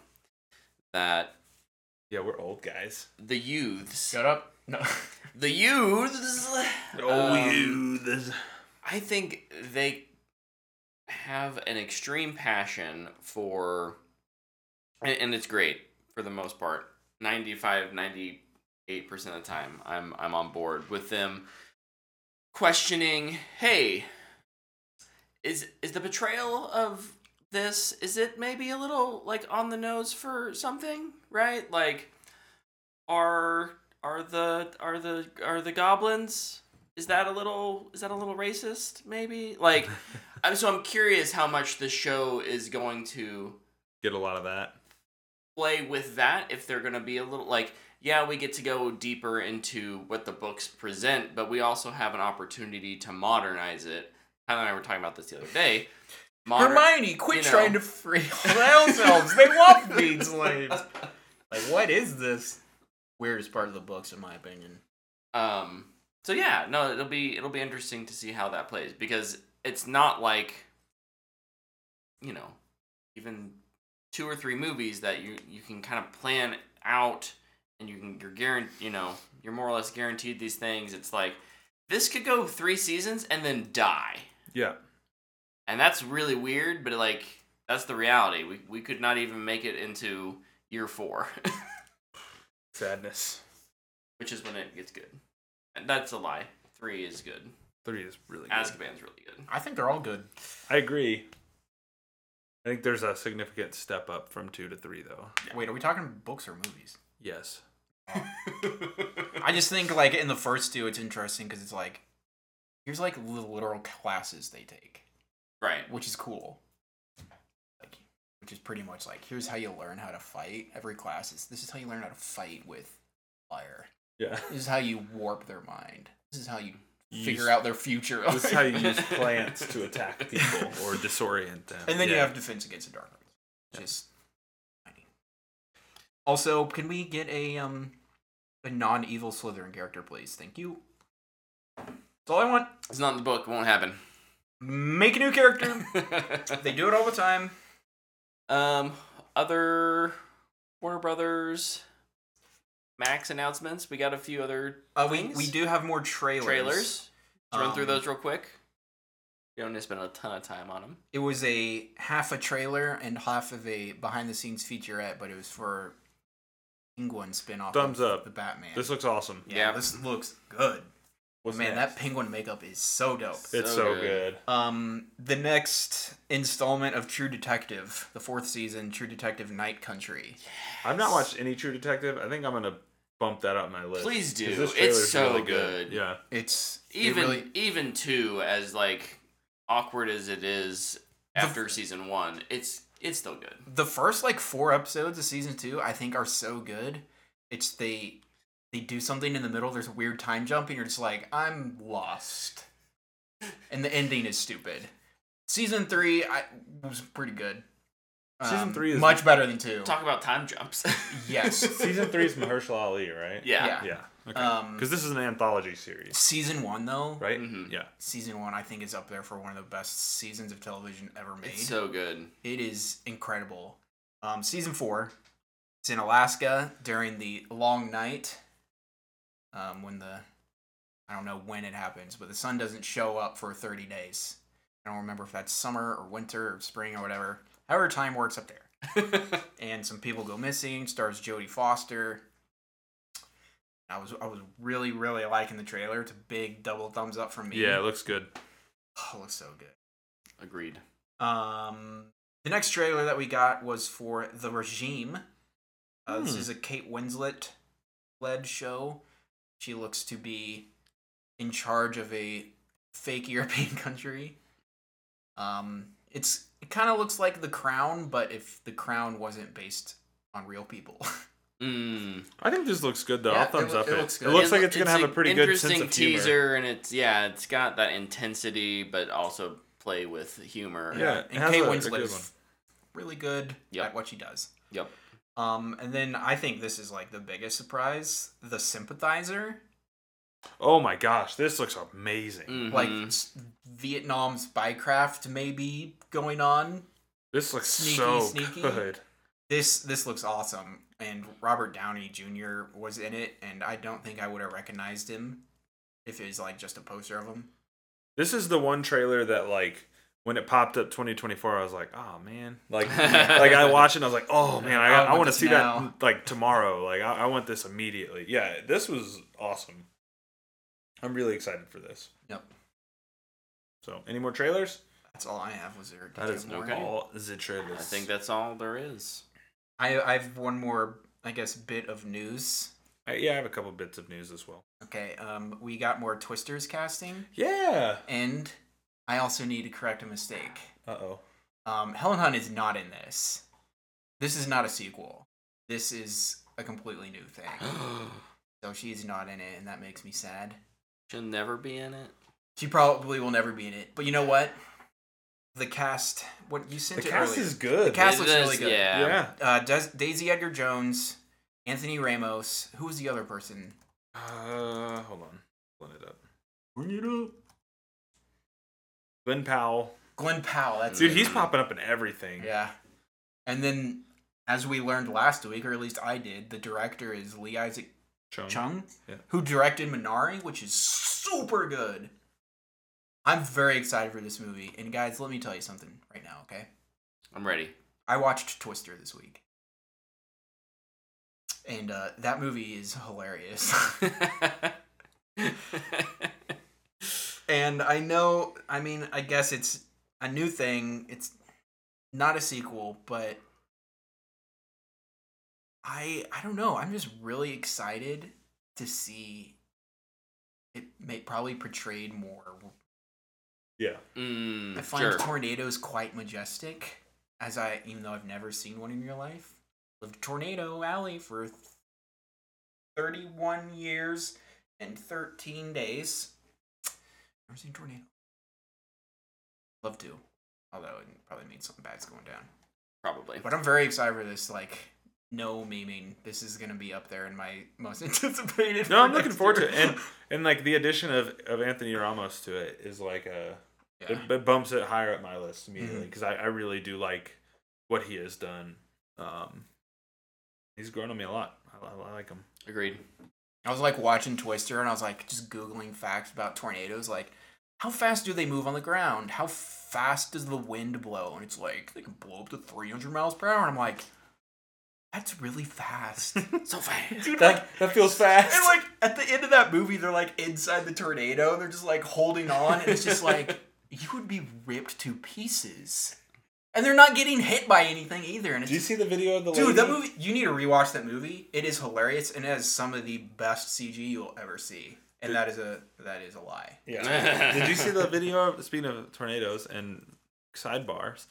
[SPEAKER 1] that
[SPEAKER 3] Yeah, we're old guys.
[SPEAKER 1] the youths
[SPEAKER 2] up. No.
[SPEAKER 1] the youths
[SPEAKER 2] Oh,
[SPEAKER 1] um,
[SPEAKER 3] This.
[SPEAKER 1] I think they have an extreme passion for and, and it's great for the most part. 95 98% of the time I'm I'm on board with them questioning, "Hey, is is the betrayal of this is it maybe a little like on the nose for something, right? Like are are the are the are the goblins is that a little is that a little racist maybe like I'm, so i'm curious how much the show is going to
[SPEAKER 3] Get a lot of that.
[SPEAKER 1] play with that if they're going to be a little like yeah we get to go deeper into what the books present but we also have an opportunity to modernize it tyler and i were talking about this the other day Moder-
[SPEAKER 2] Hermione, quit
[SPEAKER 1] you know.
[SPEAKER 2] trying to free all the elves. They love being slaves. Like, what is this? Weirdest part of the books, in my opinion.
[SPEAKER 1] Um. So yeah, no, it'll be it'll be interesting to see how that plays because it's not like, you know, even two or three movies that you you can kind of plan out and you can you're guaranteed you know you're more or less guaranteed these things. It's like this could go three seasons and then die,
[SPEAKER 3] Yeah.
[SPEAKER 1] and that's really weird. But like that's the reality. We we could not even make it into year four,
[SPEAKER 3] Sadness.
[SPEAKER 1] which is when it gets good. And that's a lie. Three is good.
[SPEAKER 3] Three is really good.
[SPEAKER 1] Azkaban's really good.
[SPEAKER 2] I think they're all good.
[SPEAKER 3] I agree. I think there's a significant step up from two to three, though.
[SPEAKER 2] Wait, are we talking books or movies?
[SPEAKER 3] Yes.
[SPEAKER 2] I just think like in the first two, it's interesting because it's like here's like the literal classes they take,
[SPEAKER 1] Right.
[SPEAKER 2] which is cool. Like, which is pretty much like here's how you learn how to fight. Every class is this is how you learn how to fight with fire.
[SPEAKER 3] Yeah.
[SPEAKER 2] This is how you warp their mind. This is how you
[SPEAKER 3] Use-
[SPEAKER 2] figure out their future.
[SPEAKER 3] This is how you use plants to attack people or disorient them.
[SPEAKER 2] And then you
[SPEAKER 3] Yeah.
[SPEAKER 2] have defense against the dark arts. Just tiny. Also, can we get a um a non evil Slytherin character, please? Thank you. That's all I want.
[SPEAKER 1] It's not in the book. It won't happen.
[SPEAKER 2] Make a new character. they do it all the time.
[SPEAKER 1] um, other Warner Brothers Max announcements. We got a few other
[SPEAKER 2] Uh, we
[SPEAKER 1] Things?
[SPEAKER 2] we do have more trailers.
[SPEAKER 1] trailers. Let's run through
[SPEAKER 2] Um,
[SPEAKER 1] those real quick. don't need to spend a ton of time on them.
[SPEAKER 2] It was a half a trailer and half of a behind the scenes featurette, but it was for Penguin spin off.
[SPEAKER 3] Thumbs up.
[SPEAKER 2] The Batman.
[SPEAKER 3] This looks awesome.
[SPEAKER 2] yeah,
[SPEAKER 1] Yeah.
[SPEAKER 2] this looks good.
[SPEAKER 3] What's
[SPEAKER 2] Man,
[SPEAKER 3] next?
[SPEAKER 2] that penguin makeup is so dope.
[SPEAKER 3] it's
[SPEAKER 1] so
[SPEAKER 3] so, good.
[SPEAKER 1] good.
[SPEAKER 2] Um, the next installment of True Detective, the fourth season, True Detective Night Country.
[SPEAKER 3] I've not watched any True Detective. I think I'm gonna bump that up my list.
[SPEAKER 1] Please
[SPEAKER 3] 'Cause
[SPEAKER 1] do.
[SPEAKER 3] this
[SPEAKER 1] It's
[SPEAKER 3] trailer's
[SPEAKER 1] so
[SPEAKER 3] really
[SPEAKER 1] good.
[SPEAKER 3] Yeah.
[SPEAKER 2] It's it
[SPEAKER 1] Even
[SPEAKER 2] really-
[SPEAKER 1] even two, as like awkward as it is after season one, it's it's still good.
[SPEAKER 2] the first like four episodes of season two i think are so good it's they they do something in the middle there's a weird time jump and you're just like i'm lost and the ending is stupid season three i was pretty good Um,
[SPEAKER 3] Season three is-
[SPEAKER 2] much better than two
[SPEAKER 1] Talk about time jumps.
[SPEAKER 2] yes
[SPEAKER 3] Season three is Mahershala Ali, right?
[SPEAKER 1] yeah.
[SPEAKER 2] Yeah.
[SPEAKER 3] Yeah. Okay.
[SPEAKER 2] um Mm-hmm.
[SPEAKER 3] Because this is an anthology series,
[SPEAKER 2] season one though
[SPEAKER 3] right?
[SPEAKER 1] Mhm.
[SPEAKER 3] Yeah.
[SPEAKER 2] season one i think is up there for one of the best seasons of television ever made
[SPEAKER 1] It's so good.
[SPEAKER 2] It is incredible. Um, season four. It's in Alaska during the long night. Um, when the I don't know when it happens, but the sun doesn't show up for thirty days. I don't remember if that's summer or winter or spring or whatever. However, time works up there. and some people go missing. Stars Jodie Foster. I was I was really really liking the trailer. It's a big double thumbs up from me.
[SPEAKER 3] Yeah, it looks good.
[SPEAKER 2] oh, it looks so good.
[SPEAKER 1] Agreed.
[SPEAKER 2] Um, the next trailer that we got was for The Regime. Uh, This
[SPEAKER 3] Hmm.
[SPEAKER 2] is a Kate Winslet led show. She looks to be in charge of a fake European country. Um, it's it kind of looks like The Crown, but if The Crown wasn't based on real people,
[SPEAKER 1] Mm.
[SPEAKER 3] I think this looks good though.
[SPEAKER 2] Yeah,
[SPEAKER 3] I'll
[SPEAKER 2] it
[SPEAKER 3] thumbs
[SPEAKER 2] loo-
[SPEAKER 3] up
[SPEAKER 2] it
[SPEAKER 3] it.
[SPEAKER 2] looks
[SPEAKER 3] It
[SPEAKER 2] good.
[SPEAKER 3] looks
[SPEAKER 1] It-
[SPEAKER 3] like it's gonna
[SPEAKER 1] it's
[SPEAKER 3] have a
[SPEAKER 1] an
[SPEAKER 3] pretty good
[SPEAKER 1] interesting
[SPEAKER 3] sense of
[SPEAKER 1] teaser,
[SPEAKER 3] humor.
[SPEAKER 1] and it's yeah, it's got that intensity, but also play with humor.
[SPEAKER 3] Yeah, it
[SPEAKER 2] and
[SPEAKER 3] has
[SPEAKER 2] Kate
[SPEAKER 3] a- a
[SPEAKER 2] Winslet
[SPEAKER 3] good
[SPEAKER 2] is
[SPEAKER 3] one.
[SPEAKER 2] really good
[SPEAKER 1] Yep.
[SPEAKER 2] at what she does.
[SPEAKER 1] Yep.
[SPEAKER 2] Um, and then I think this is like the biggest surprise: The Sympathizer.
[SPEAKER 3] Oh my gosh, this looks amazing.
[SPEAKER 2] like
[SPEAKER 3] Mm-hmm.
[SPEAKER 1] Mhm.
[SPEAKER 2] s- Vietnam spycraft maybe going on.
[SPEAKER 3] This looks
[SPEAKER 2] Sneaky,
[SPEAKER 3] so
[SPEAKER 2] sneaky.
[SPEAKER 3] good.
[SPEAKER 2] This this looks awesome, and Robert Downey Jr. was in it, and I don't think I would have recognized him if it was like just a poster of him.
[SPEAKER 3] This is the one trailer that like when it popped up 2024, I was like, oh man, like like I watched it, and I was like, oh man, I,
[SPEAKER 2] I
[SPEAKER 3] I,
[SPEAKER 2] want
[SPEAKER 3] want to
[SPEAKER 2] this
[SPEAKER 3] see
[SPEAKER 2] now.
[SPEAKER 3] that like tomorrow. Like I, I want this immediately. Yeah, this was awesome. I'm really excited for this.
[SPEAKER 2] Yep,
[SPEAKER 3] So, any more trailers?
[SPEAKER 2] that's all I have. Was there? did
[SPEAKER 3] That
[SPEAKER 2] you
[SPEAKER 3] is
[SPEAKER 2] have more?
[SPEAKER 1] okay.
[SPEAKER 3] all the trailers.
[SPEAKER 1] I think that's all there is.
[SPEAKER 2] I I've one more I guess bit of news.
[SPEAKER 3] I, yeah, I have a couple bits of news as well.
[SPEAKER 2] Okay, um, we got more Twisters casting,
[SPEAKER 3] Yeah.
[SPEAKER 2] and I also need to correct a mistake.
[SPEAKER 3] Uh oh.
[SPEAKER 2] Um, Helen Hunt is not in this. This is not a sequel. This is a completely new thing. So she's not in it, and that makes me sad.
[SPEAKER 1] She'll never be in it.
[SPEAKER 2] She probably will never be in it. But you know what? The cast, what you
[SPEAKER 3] The
[SPEAKER 2] sent it
[SPEAKER 3] cast
[SPEAKER 2] earlier.
[SPEAKER 3] is good.
[SPEAKER 2] The cast
[SPEAKER 1] It
[SPEAKER 2] looks
[SPEAKER 1] is-
[SPEAKER 2] really good.
[SPEAKER 1] Yeah.
[SPEAKER 3] yeah.
[SPEAKER 2] Uh, Des- Daisy Edgar Jones, Anthony Ramos. Who was the other person?
[SPEAKER 3] Uh, hold on. Bring it up. Bring it up. Glenn Powell.
[SPEAKER 2] Glenn Powell. That's
[SPEAKER 3] Dude,
[SPEAKER 2] it.
[SPEAKER 3] he's popping up in everything.
[SPEAKER 2] Mm. yeah. And then, as we learned last week, or at least I did, the director is Lee Isaac
[SPEAKER 3] Chung.
[SPEAKER 2] Chung,
[SPEAKER 3] Yeah.
[SPEAKER 2] who directed Minari, which is super good. I'm very excited for this movie. And guys, let me tell you something right now, okay?
[SPEAKER 1] I'm ready.
[SPEAKER 2] I watched Twister this week. And uh, that movie is hilarious. and I know, I mean, I guess it's a new thing. It's not a sequel, but I I don't know. I'm just really excited to see it may probably portrayed more.
[SPEAKER 3] Yeah.
[SPEAKER 1] Mm,
[SPEAKER 2] I find
[SPEAKER 1] sure.
[SPEAKER 2] tornadoes quite majestic as I even though I've never seen one in real life. Lived Tornado Alley for 31 years and 13 days. Never seen tornado. Love to. Although it probably means something bad's going down.
[SPEAKER 1] probably.
[SPEAKER 2] But I'm very excited for this, like, no memeing. This is gonna be up there in my most anticipated.
[SPEAKER 3] No,
[SPEAKER 2] for
[SPEAKER 3] I'm looking
[SPEAKER 2] next
[SPEAKER 3] forward
[SPEAKER 2] year.
[SPEAKER 3] to it. And and like the addition of, of Anthony Ramos to it is like a
[SPEAKER 2] yeah.
[SPEAKER 3] it, it bumps it higher up my list immediately
[SPEAKER 2] Mm-hmm.
[SPEAKER 3] because I, I really do like what he has done. Um he's grown on me a lot. I, I, I like him.
[SPEAKER 1] Agreed.
[SPEAKER 2] I was like watching Twister and I was like just googling facts about tornadoes, like how fast do they move on the ground? How fast does the wind blow? And it's like they can blow up to 300 miles per hour. And I'm like, that's really fast.
[SPEAKER 1] So fast.
[SPEAKER 2] Dude, like,
[SPEAKER 3] That, that feels fast.
[SPEAKER 2] and like at the end of that movie, they're like inside the tornado and they're just like holding on. And it's just like you would be ripped to pieces. And they're not getting hit by anything either. And it's
[SPEAKER 3] Do you see the video of the
[SPEAKER 2] Dude, that
[SPEAKER 3] lady?
[SPEAKER 2] movie, you need to rewatch that movie. It is hilarious and it has some of the best CG you'll ever see. And that is a that is a lie.
[SPEAKER 3] Yeah. did you see the video? Of, speaking of tornadoes and sidebars,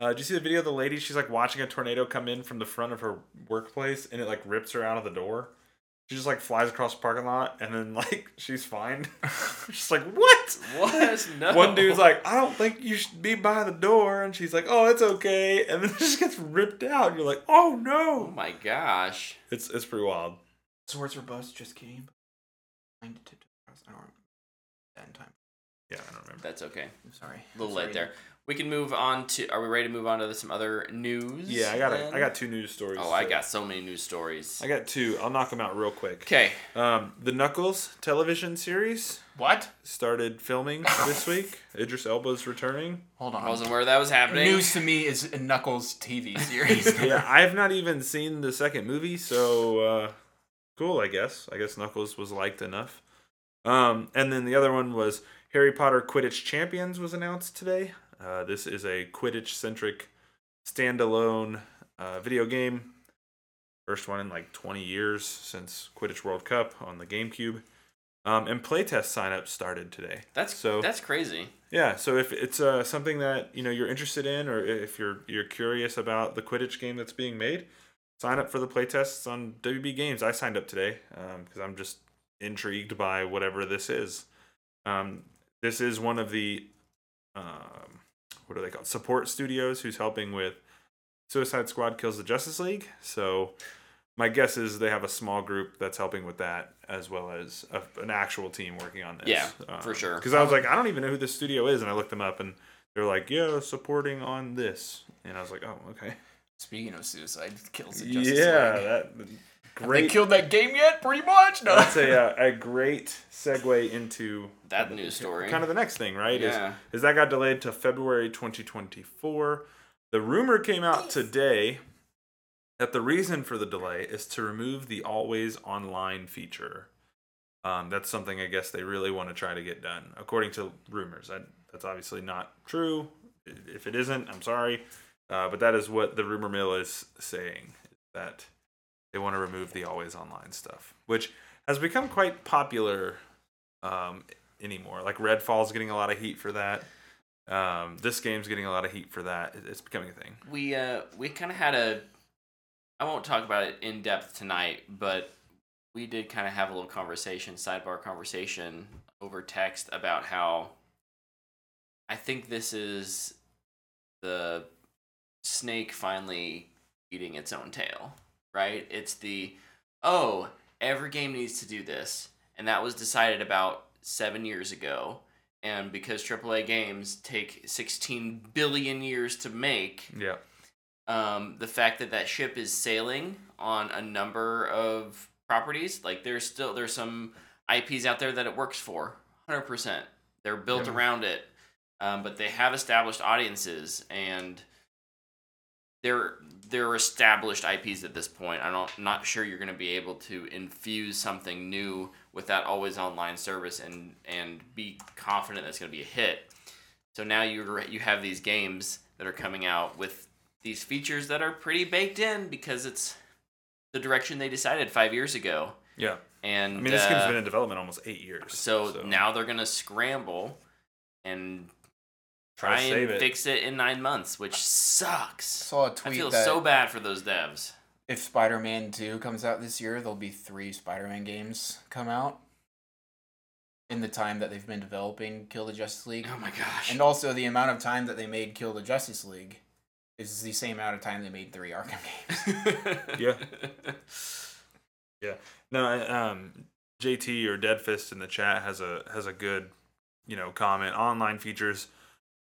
[SPEAKER 3] uh, did you see the video of the lady? She's like watching a tornado come in from the front of her workplace, and it like rips her out of the door. She just like flies across the parking lot, and then like she's fine. she's like, what?
[SPEAKER 1] What? No.
[SPEAKER 3] One dude's like, I don't think you should be by the door, and she's like, Oh, it's okay. And then she just gets ripped out. And you're like, Oh
[SPEAKER 1] Oh
[SPEAKER 3] no!
[SPEAKER 1] my gosh.
[SPEAKER 3] It's it's pretty wild.
[SPEAKER 2] Swords or bust, just kidding. Nine to tiptoe across. I don't remember that in time.
[SPEAKER 3] Yeah, I don't remember.
[SPEAKER 1] That's okay.
[SPEAKER 2] I'm sorry.
[SPEAKER 1] A little
[SPEAKER 2] Sorry.
[SPEAKER 1] late there. We can move on to. Are we ready to move on to some other news?
[SPEAKER 3] Yeah, I got a,
[SPEAKER 1] then?
[SPEAKER 3] I got two news stories.
[SPEAKER 1] Oh, I
[SPEAKER 3] today.
[SPEAKER 1] got so many news stories.
[SPEAKER 3] I got two. I'll knock them out real quick.
[SPEAKER 1] Okay.
[SPEAKER 3] Um, the Knuckles television series
[SPEAKER 2] What?
[SPEAKER 3] started filming this week. Idris Elba's returning.
[SPEAKER 2] Hold
[SPEAKER 1] I
[SPEAKER 2] on.
[SPEAKER 1] wasn't aware that was happening.
[SPEAKER 2] News to me is a Knuckles TV series.
[SPEAKER 3] Yeah, I have not even seen the second movie, so uh, cool. I guess. I guess Knuckles was liked enough. Um, and then the other one was Harry Potter Quidditch Champions was announced today. Uh, this is a Quidditch centric standalone uh, video game. First one in like 20 years since Quidditch World Cup on the GameCube. Um, and playtest signups started today.
[SPEAKER 1] That's
[SPEAKER 3] so
[SPEAKER 1] That's crazy.
[SPEAKER 3] Yeah, so if it's uh, something that you know you're interested in, or if you're you're curious about the Quidditch game that's being made, sign up for the playtests on WB Games. I signed up today because I'm just intrigued by whatever this is. Um, this is one of the um, what are they called support studios who's helping with Suicide Squad Kills the Justice League. So my guess is they have a small group that's helping with that, as well as a, an actual team working on this. Um,
[SPEAKER 1] Yeah, for sure. Um,
[SPEAKER 3] Because I was like, I don't even know who this studio is, and I looked them up, and they're like, yeah, supporting on this, and I was like, oh, okay.
[SPEAKER 2] Speaking of suicide kills, the
[SPEAKER 3] Yeah,
[SPEAKER 2] Justice League.
[SPEAKER 3] that
[SPEAKER 2] They
[SPEAKER 3] great.
[SPEAKER 2] killed that game yet? Pretty much. No.
[SPEAKER 3] that's a uh, a great segue into
[SPEAKER 1] That news story.
[SPEAKER 3] kind of the next thing, right? Is,
[SPEAKER 1] Yeah.
[SPEAKER 3] is that got delayed to February 2024. The rumor came out today that the reason for the delay is to remove the always online feature. Um, that's something I guess they really want to try to get done, according to rumors. I, that's obviously not true. I- If it isn't, I'm sorry. Uh, but that is what the rumor mill is saying that they want to remove the always online stuff, which has become quite popular um, anymore. Like Redfall's getting a lot of heat for that. Um, this game's getting a lot of heat for that. It- It's becoming a thing.
[SPEAKER 1] we uh we kind of had a i won't talk about it in depth tonight but we did kind of have a little conversation sidebar conversation over text about how i think this is the snake finally eating its own tail right it's the oh every game needs to do this and that was decided about seven years ago and because AAA games take 16 billion years to make,
[SPEAKER 3] Yeah.
[SPEAKER 1] um, the fact that that ship is sailing on a number of properties like there's still there's some ips out there that it works for 100% they're built
[SPEAKER 3] Yeah.
[SPEAKER 1] around it um, but they have established audiences and they're they're established ips at this point i don't not sure you're going to be able to infuse something new with that always online service and and be confident that's going to be a hit so now you you have these games that are coming out with these features that are pretty baked in because it's the direction they decided five years ago.
[SPEAKER 3] Yeah.
[SPEAKER 1] And
[SPEAKER 3] I mean, this game's
[SPEAKER 1] uh,
[SPEAKER 3] been in development almost eight years.
[SPEAKER 1] so, now they're gonna scramble and try
[SPEAKER 3] to
[SPEAKER 1] and
[SPEAKER 3] save it.
[SPEAKER 1] fix it in nine months, which sucks.
[SPEAKER 2] saw
[SPEAKER 1] I
[SPEAKER 2] a tweet
[SPEAKER 1] feel
[SPEAKER 2] that
[SPEAKER 1] so bad for those devs.
[SPEAKER 2] if Spider-Man 2 comes out this year, there'll be 3 Spider-Man games come out in the time that they've been developing Kill the Justice League.
[SPEAKER 1] Oh my gosh.
[SPEAKER 2] And also the amount of time that they made Kill the Justice League is the same amount of time they made 3 Arkham games.
[SPEAKER 3] Yeah. No, I- um, JT or Dead Fist in the chat has a has a good, you know, comment. Online features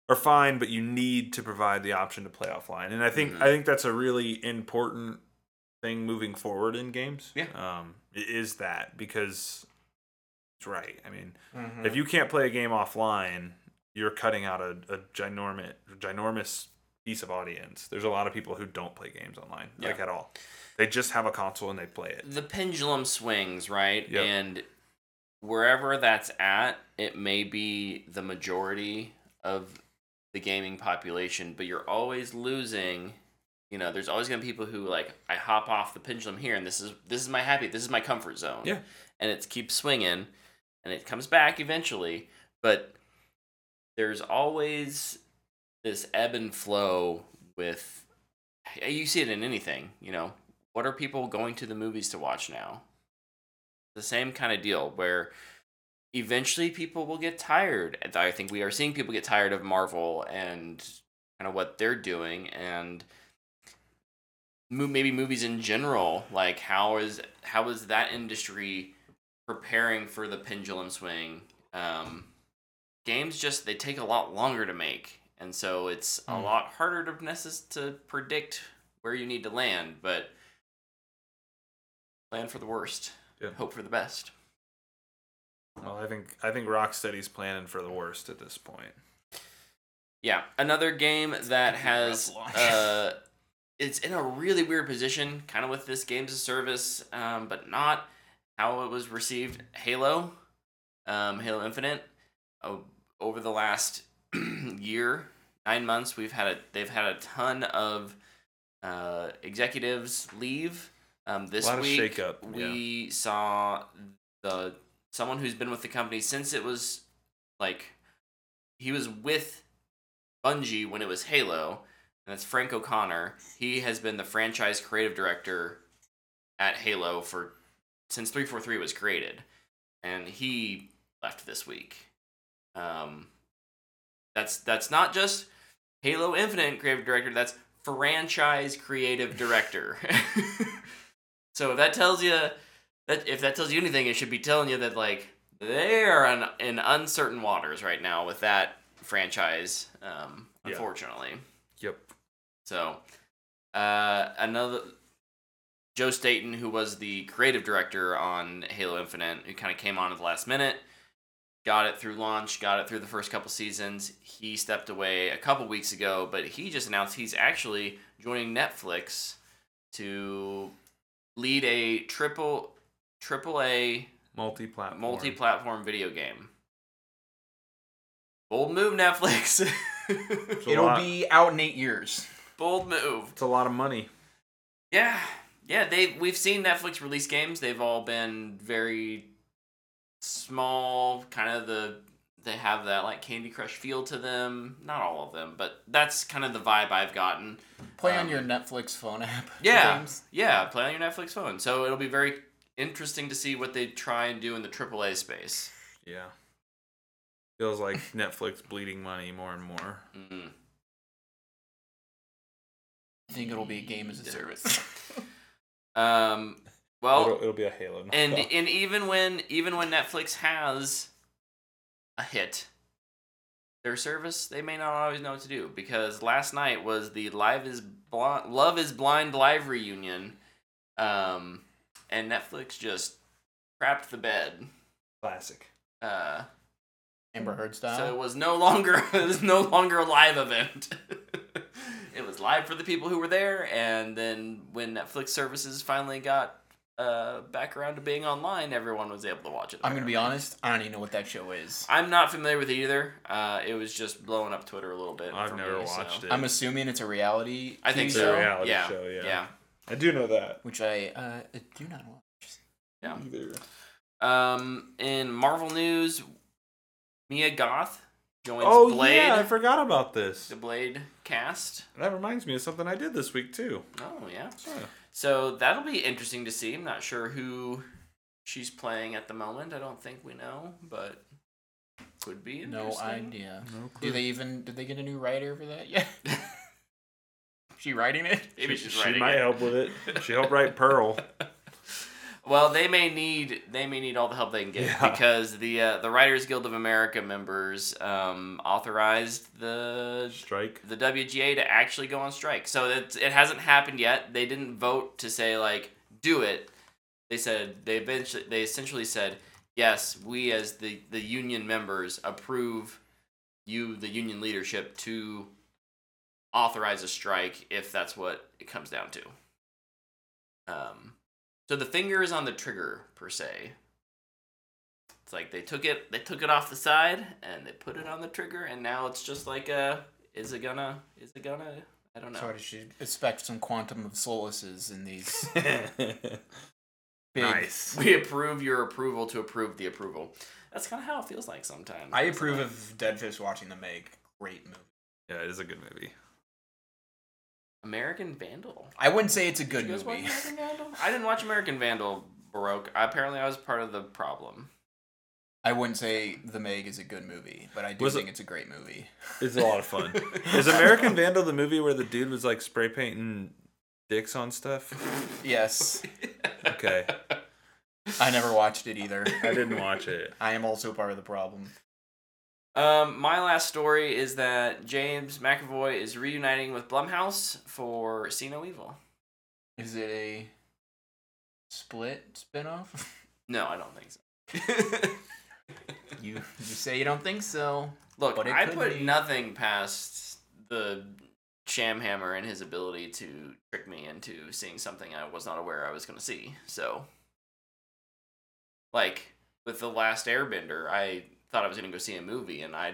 [SPEAKER 3] are fine, but you need to provide the option to play offline, and I think
[SPEAKER 1] Mhm.
[SPEAKER 3] I think that's a really important thing moving forward in games.
[SPEAKER 1] Yeah.
[SPEAKER 3] um, i- is that because it's right. I mean, if you can't play a game offline, you're cutting out a, a ginormous, ginormous piece of audience. There's a lot of people who don't play games online, like
[SPEAKER 1] Yeah. Mm.
[SPEAKER 3] at all. They just have a console and they play it.
[SPEAKER 1] the pendulum swings right
[SPEAKER 3] Yep.
[SPEAKER 1] and wherever that's at it may be the majority of the gaming population but you're always losing you know there's always gonna be people who like i hop off the pendulum here and this is this is my happy this is my comfort zone
[SPEAKER 3] Yeah.
[SPEAKER 1] and it keeps swinging and it comes back eventually but there's always this ebb and flow with you see it in anything you know what are people going to the movies to watch now? The same kind of deal where eventually people will get tired. And I think we are seeing people get tired of Marvel and kind of what they're doing and mo- maybe movies in general. Like how is how is that industry preparing for the pendulum swing? Um, games just they take a lot longer to make, and so it's a
[SPEAKER 2] Mm.
[SPEAKER 1] lot harder to necess- to predict where you need to land, but plan for the worst,
[SPEAKER 3] Yeah.
[SPEAKER 1] hope for the best.
[SPEAKER 3] Well, I think I think Rocksteady's planning for the worst at this point.
[SPEAKER 1] Yeah, another game that
[SPEAKER 2] Rough
[SPEAKER 1] has
[SPEAKER 2] launch.
[SPEAKER 1] uh, it's in a really weird position, kind of with this games as service, um, but not how it was received. Halo, um, Halo Infinite, Oh, o- over the last year, nine months, we've had a they've had a ton of uh, executives leave. Um, this
[SPEAKER 3] lot of
[SPEAKER 1] week
[SPEAKER 3] shakeup, yeah.
[SPEAKER 1] we saw the someone who's been with the company since it was like he was with Bungie when it was Halo, and that's Frank O'Connor. He has been the franchise creative director at Halo for since 343 was created, and he left this week. Um, that's that's not just Halo Infinite creative director. That's franchise creative director. so if that tells you that if that tells you anything, it should be telling you that like they are in, in uncertain waters right now with that franchise. Um,
[SPEAKER 3] Yeah.
[SPEAKER 1] unfortunately.
[SPEAKER 3] Yep.
[SPEAKER 1] So, uh, another Joe Staten, who was the creative director on Halo Infinite, who kind of came on at the last minute, got it through launch, got it through the first couple seasons. He stepped away a couple weeks ago, but he just announced he's actually joining Netflix to lead a triple triple A
[SPEAKER 3] Multi-platform.
[SPEAKER 1] multi-platform video game. Bold move, Netflix.
[SPEAKER 3] It's a
[SPEAKER 2] It'll
[SPEAKER 3] lot-
[SPEAKER 2] be out in eight years.
[SPEAKER 1] Bold move.
[SPEAKER 3] It's a lot of money.
[SPEAKER 1] Yeah, yeah. They we've seen Netflix release games. They've all been very small, kind of the they have that like Candy Crush feel to them. Not all of them, but that's kind of the vibe I've gotten.
[SPEAKER 2] Play
[SPEAKER 1] Um,
[SPEAKER 2] on your Netflix phone app.
[SPEAKER 1] Yeah.
[SPEAKER 2] James.
[SPEAKER 1] Yeah, play on your Netflix phone. So it'll be very interesting to see what they try and do in the AAA space.
[SPEAKER 3] Yeah. Feels like Netflix bleeding money more and more.
[SPEAKER 1] Mm.
[SPEAKER 2] I think it'll be a game as a service.
[SPEAKER 1] Um. Well,
[SPEAKER 3] it'll, it'll be a Halo.
[SPEAKER 1] and
[SPEAKER 3] knockoff.
[SPEAKER 1] and even when even when Netflix has a hit, their service they may not always know what to do because last night was the Live is Blind Love is Blind live reunion, um, and Netflix just crapped the bed.
[SPEAKER 3] classic.
[SPEAKER 1] Uh,
[SPEAKER 2] Amber Heard
[SPEAKER 1] so it
[SPEAKER 2] style.
[SPEAKER 1] was no longer it was no longer a live event. it was live for the people who were there, and then when Netflix services finally got uh, back around to being online, everyone was able to watch it.
[SPEAKER 2] I'm gonna be
[SPEAKER 1] apparently.
[SPEAKER 2] honest. I don't even know what that show is.
[SPEAKER 1] I'm not familiar with it either. Uh, it was just blowing up Twitter a little bit.
[SPEAKER 3] I've
[SPEAKER 1] for
[SPEAKER 3] never
[SPEAKER 1] me, so-
[SPEAKER 3] watched it.
[SPEAKER 2] I'm assuming it's a reality.
[SPEAKER 1] I think
[SPEAKER 2] TV
[SPEAKER 1] so.
[SPEAKER 3] It's a
[SPEAKER 2] show,
[SPEAKER 3] reality
[SPEAKER 1] yeah.
[SPEAKER 3] show, yeah.
[SPEAKER 1] yeah.
[SPEAKER 3] I do know that.
[SPEAKER 2] which I uh, do not watch.
[SPEAKER 1] Yeah.
[SPEAKER 3] Either.
[SPEAKER 1] Um, in Marvel news, Mia Goth joins
[SPEAKER 3] Oh
[SPEAKER 1] Blade.
[SPEAKER 3] yeah, I forgot about this.
[SPEAKER 1] the Blade cast.
[SPEAKER 3] That reminds me of something I did this week too.
[SPEAKER 1] Oh yeah.
[SPEAKER 3] Huh.
[SPEAKER 1] So that'll be interesting to see. I'm not sure who she's playing at the moment. I don't think we know, but could be
[SPEAKER 2] No
[SPEAKER 1] interesting.
[SPEAKER 2] idea.
[SPEAKER 3] No
[SPEAKER 2] Do they even did they get a new writer for that yet? she writing it?
[SPEAKER 1] Maybe
[SPEAKER 3] She-
[SPEAKER 1] she's
[SPEAKER 3] she
[SPEAKER 1] writing
[SPEAKER 3] might
[SPEAKER 1] it.
[SPEAKER 3] help with it. She helped write Pearl.
[SPEAKER 1] Well, they may need they may need all the help they can get
[SPEAKER 3] Yeah.
[SPEAKER 1] because the uh, the Writers Guild of America members um, authorized the
[SPEAKER 3] Strike.
[SPEAKER 1] the WGA to actually go on strike. So that's it hasn't happened yet. They didn't vote to say like do it. They said they eventually they essentially said yes, we as the the union members approve you, the union leadership, to authorize a strike if that's what it comes down to. Um, so the finger is on the trigger per se. It's like they took it, they took it off the side and they put it on the trigger, and now it's just like a, is it gonna, is it gonna? I don't know.
[SPEAKER 2] So I should expect some quantum of solaces in these big.
[SPEAKER 3] nice.
[SPEAKER 1] We approve your approval to approve the approval. That's kind of how it feels like sometimes.
[SPEAKER 2] I approve of Dead Fish watching them make great movie.
[SPEAKER 3] Yeah, it is a good movie.
[SPEAKER 1] American Vandal.
[SPEAKER 2] I wouldn't say it's a good
[SPEAKER 1] Did you guys watch
[SPEAKER 2] movie.
[SPEAKER 1] American Vandal? I didn't watch American Vandal, Baroque. Apparently, I was part of the problem.
[SPEAKER 2] I wouldn't say The Meg is a good movie, but I do
[SPEAKER 3] Was it-
[SPEAKER 2] think it's a great movie.
[SPEAKER 3] It's a lot of fun. is American Vandal the movie where the dude was like spray painting dicks on stuff?
[SPEAKER 2] Yes,
[SPEAKER 3] Okay,
[SPEAKER 2] I never watched it either.
[SPEAKER 3] I didn't watch it.
[SPEAKER 2] I am also part of the problem.
[SPEAKER 1] Um, my last story is that James McAvoy is reuniting with Blumhouse for See No Evil.
[SPEAKER 2] Is it a split spinoff?
[SPEAKER 1] No, I don't think so.
[SPEAKER 2] you you say you don't think so?
[SPEAKER 1] Look,
[SPEAKER 2] But it
[SPEAKER 1] I
[SPEAKER 2] could
[SPEAKER 1] put
[SPEAKER 2] be.
[SPEAKER 1] nothing past the Shamhammer and his ability to trick me into seeing something I was not aware I was going to see. So, like with the last Airbender, I thought I was going to go see a movie, and I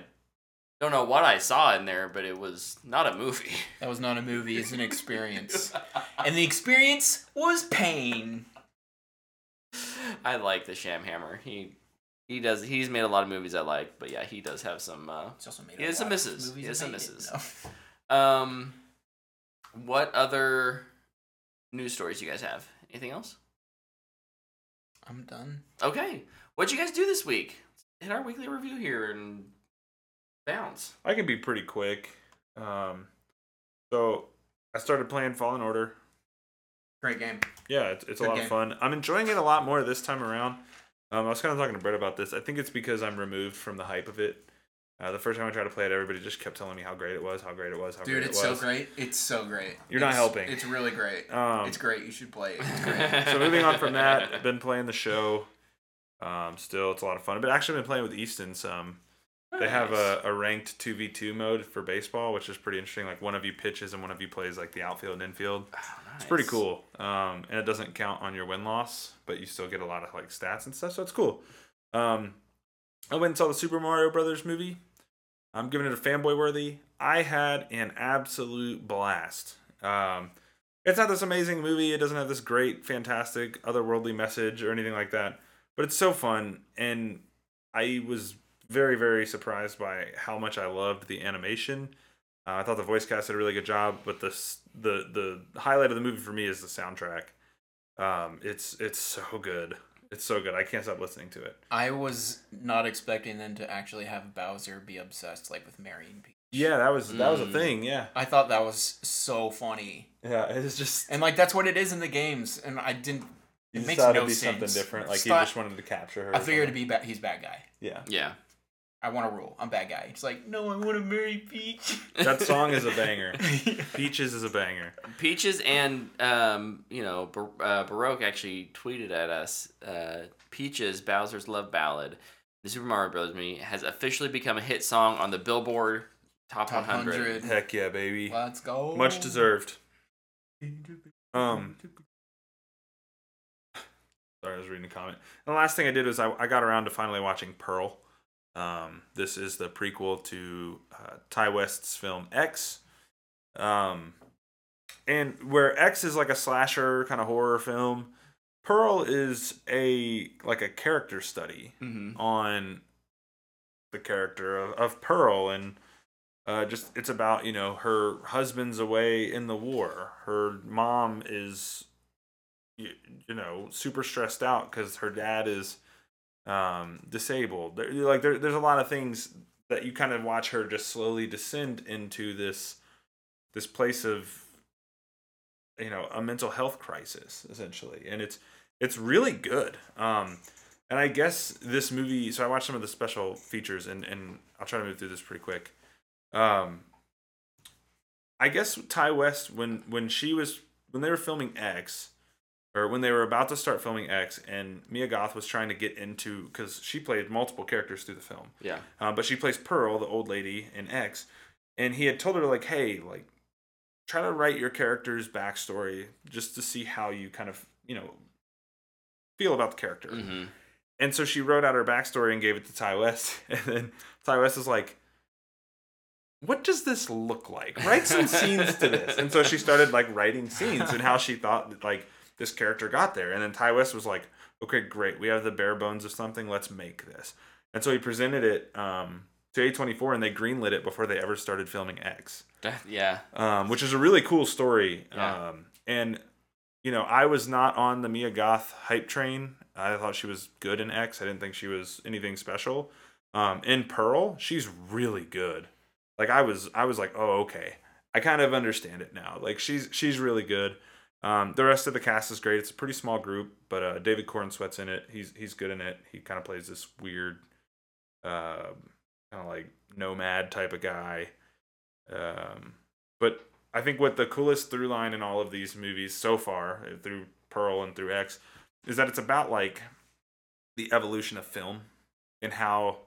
[SPEAKER 1] don't know what I saw in there, but it was not a movie.
[SPEAKER 2] That was not a movie. It's an experience, and the experience was pain.
[SPEAKER 1] I like the Shamhammer. He he does. He's made a lot of movies I like, but yeah, he does have some. Uh,
[SPEAKER 2] It's also made
[SPEAKER 1] He has
[SPEAKER 2] lot
[SPEAKER 1] some
[SPEAKER 2] of
[SPEAKER 1] misses.
[SPEAKER 2] movies
[SPEAKER 1] He has
[SPEAKER 2] that
[SPEAKER 1] some
[SPEAKER 2] I didn't
[SPEAKER 1] misses.
[SPEAKER 2] know.
[SPEAKER 1] Um, what other news stories you guys have? Anything else?
[SPEAKER 2] I'm done.
[SPEAKER 1] Okay, what'd you guys do this week? Hit our weekly review here and bounce.
[SPEAKER 3] I can be pretty quick. Um, so I started playing Fallen Order.
[SPEAKER 2] Great game.
[SPEAKER 3] Yeah, it's, it's a
[SPEAKER 2] Good
[SPEAKER 3] lot of
[SPEAKER 2] game.
[SPEAKER 3] fun. I'm enjoying it a lot more this time around. Um, I was kind of talking to Brett about this. I think it's because I'm removed from the hype of it. Uh, the first time I tried to play it, everybody just kept telling me how great it was, how great it was, how
[SPEAKER 2] Dude,
[SPEAKER 3] great it
[SPEAKER 2] it's
[SPEAKER 3] was.
[SPEAKER 2] so great. It's so great.
[SPEAKER 3] You're not
[SPEAKER 2] It's-
[SPEAKER 3] helping.
[SPEAKER 2] It's really great.
[SPEAKER 3] Um,
[SPEAKER 2] it's great. You should play it. It's great.
[SPEAKER 3] so moving on from that, I've been playing the show. Um, still, it's a lot of fun. But actually, I've been playing with Easton some. They have a, a ranked two v two mode for baseball, which is pretty interesting. Like one of you pitches and one of you plays like the outfield and infield.
[SPEAKER 1] Oh,
[SPEAKER 3] It's pretty cool. Um, and it doesn't count on your win loss, but you still get a lot of like stats and stuff, so it's cool. Um, I went and saw the Super Mario Brothers movie. I'm giving it a fanboy worthy. I had an absolute blast. Um, it's not this amazing movie. It doesn't have this great, fantastic, otherworldly message or anything like that. But it's so fun, and I was very, very surprised by how much I loved the animation. Uh, I thought the voice cast did a really good job, but the s- the the highlight of the movie for me is the soundtrack. Um, it's it's so good. It's so good. I can't stop listening to it.
[SPEAKER 2] I was not expecting them to actually have Bowser be obsessed like with marrying people.
[SPEAKER 3] Yeah, that was that was a
[SPEAKER 1] Mm.
[SPEAKER 3] thing. Yeah,
[SPEAKER 2] I thought that was so funny,
[SPEAKER 3] yeah. It's just
[SPEAKER 2] and like that's what it is in the games. And I didn't.
[SPEAKER 3] you
[SPEAKER 2] It
[SPEAKER 3] just
[SPEAKER 2] makes
[SPEAKER 3] thought
[SPEAKER 2] no
[SPEAKER 3] it'd be
[SPEAKER 2] sense.
[SPEAKER 3] something different. Like
[SPEAKER 2] Stop-
[SPEAKER 3] he just wanted to capture her.
[SPEAKER 2] I
[SPEAKER 3] or
[SPEAKER 2] figured it'd
[SPEAKER 3] something.
[SPEAKER 2] be bad. He's bad guy.
[SPEAKER 3] Yeah,
[SPEAKER 1] Yeah.
[SPEAKER 2] I want to rule. I'm bad guy. It's like no, I want to marry Peach.
[SPEAKER 3] that song is a banger. Peaches is a banger.
[SPEAKER 1] Peaches and um, you know, Bar- uh, Baroque actually tweeted at us. Uh, Peaches Bowser's Love Ballad, the Super Mario Bros. movie has officially become a hit song on the Billboard Top,
[SPEAKER 2] Top
[SPEAKER 1] 100.
[SPEAKER 2] 100.
[SPEAKER 3] Heck yeah, baby.
[SPEAKER 2] Let's go.
[SPEAKER 3] Much deserved. Um, Sorry, I was reading a comment. And the last thing I did was I, I got around to finally watching Pearl. Um, this is the prequel to uh, Ty West's film X. Um, and where X is like a slasher kind of horror film, Pearl is a like a character study
[SPEAKER 1] Mm-hmm.
[SPEAKER 3] on the character of, of Pearl and uh, just it's about you know her husband's away in the war. Her mom is you, you know super stressed out because her dad is um, disabled. There, like there, there's a lot of things that you kind of watch her just slowly descend into this this place of you know a mental health crisis essentially, and it's it's really good. Um, and I guess this movie. So I watched some of the special features, and and I'll try to move through this pretty quick. Um, I guess Ty West when when she was when they were filming X, or when they were about to start filming X, and Mia Goth was trying to get into because she played multiple characters through the film,
[SPEAKER 1] Yeah.
[SPEAKER 3] uh, but she plays Pearl, the old lady in X, and he had told her like, "Hey, like, try to write your character's backstory just to see how you kind of you know feel about the character."
[SPEAKER 1] Mm-hmm.
[SPEAKER 3] And so she wrote out her backstory and gave it to Ty West. And then Ty West is like, What does this look like? Write some scenes to this. And so she started like writing scenes and how she thought that, like this character got there. And then Ty West was like, Okay, great. We have the bare bones of something. Let's make this. And so he presented it um, to A24 and they greenlit it before they ever started filming X
[SPEAKER 1] yeah.
[SPEAKER 3] um, which is a really cool story.
[SPEAKER 1] Yeah.
[SPEAKER 3] Um, and you know, I was not on the Mia Goth hype train. I thought she was good in X. I didn't think she was anything special. Um, in Pearl, she's really good. Like I was, I was like, oh okay. I kind of understand it now. Like she's she's really good. Um, the rest of the cast is great. It's a pretty small group, but uh, David Corn sweats in it. He's he's good in it. He kind of plays this weird, uh, kind of like nomad type of guy. Um, but I think what the coolest through line in all of these movies so far, uh, through Pearl and through X, is that it's about like the evolution of film and how,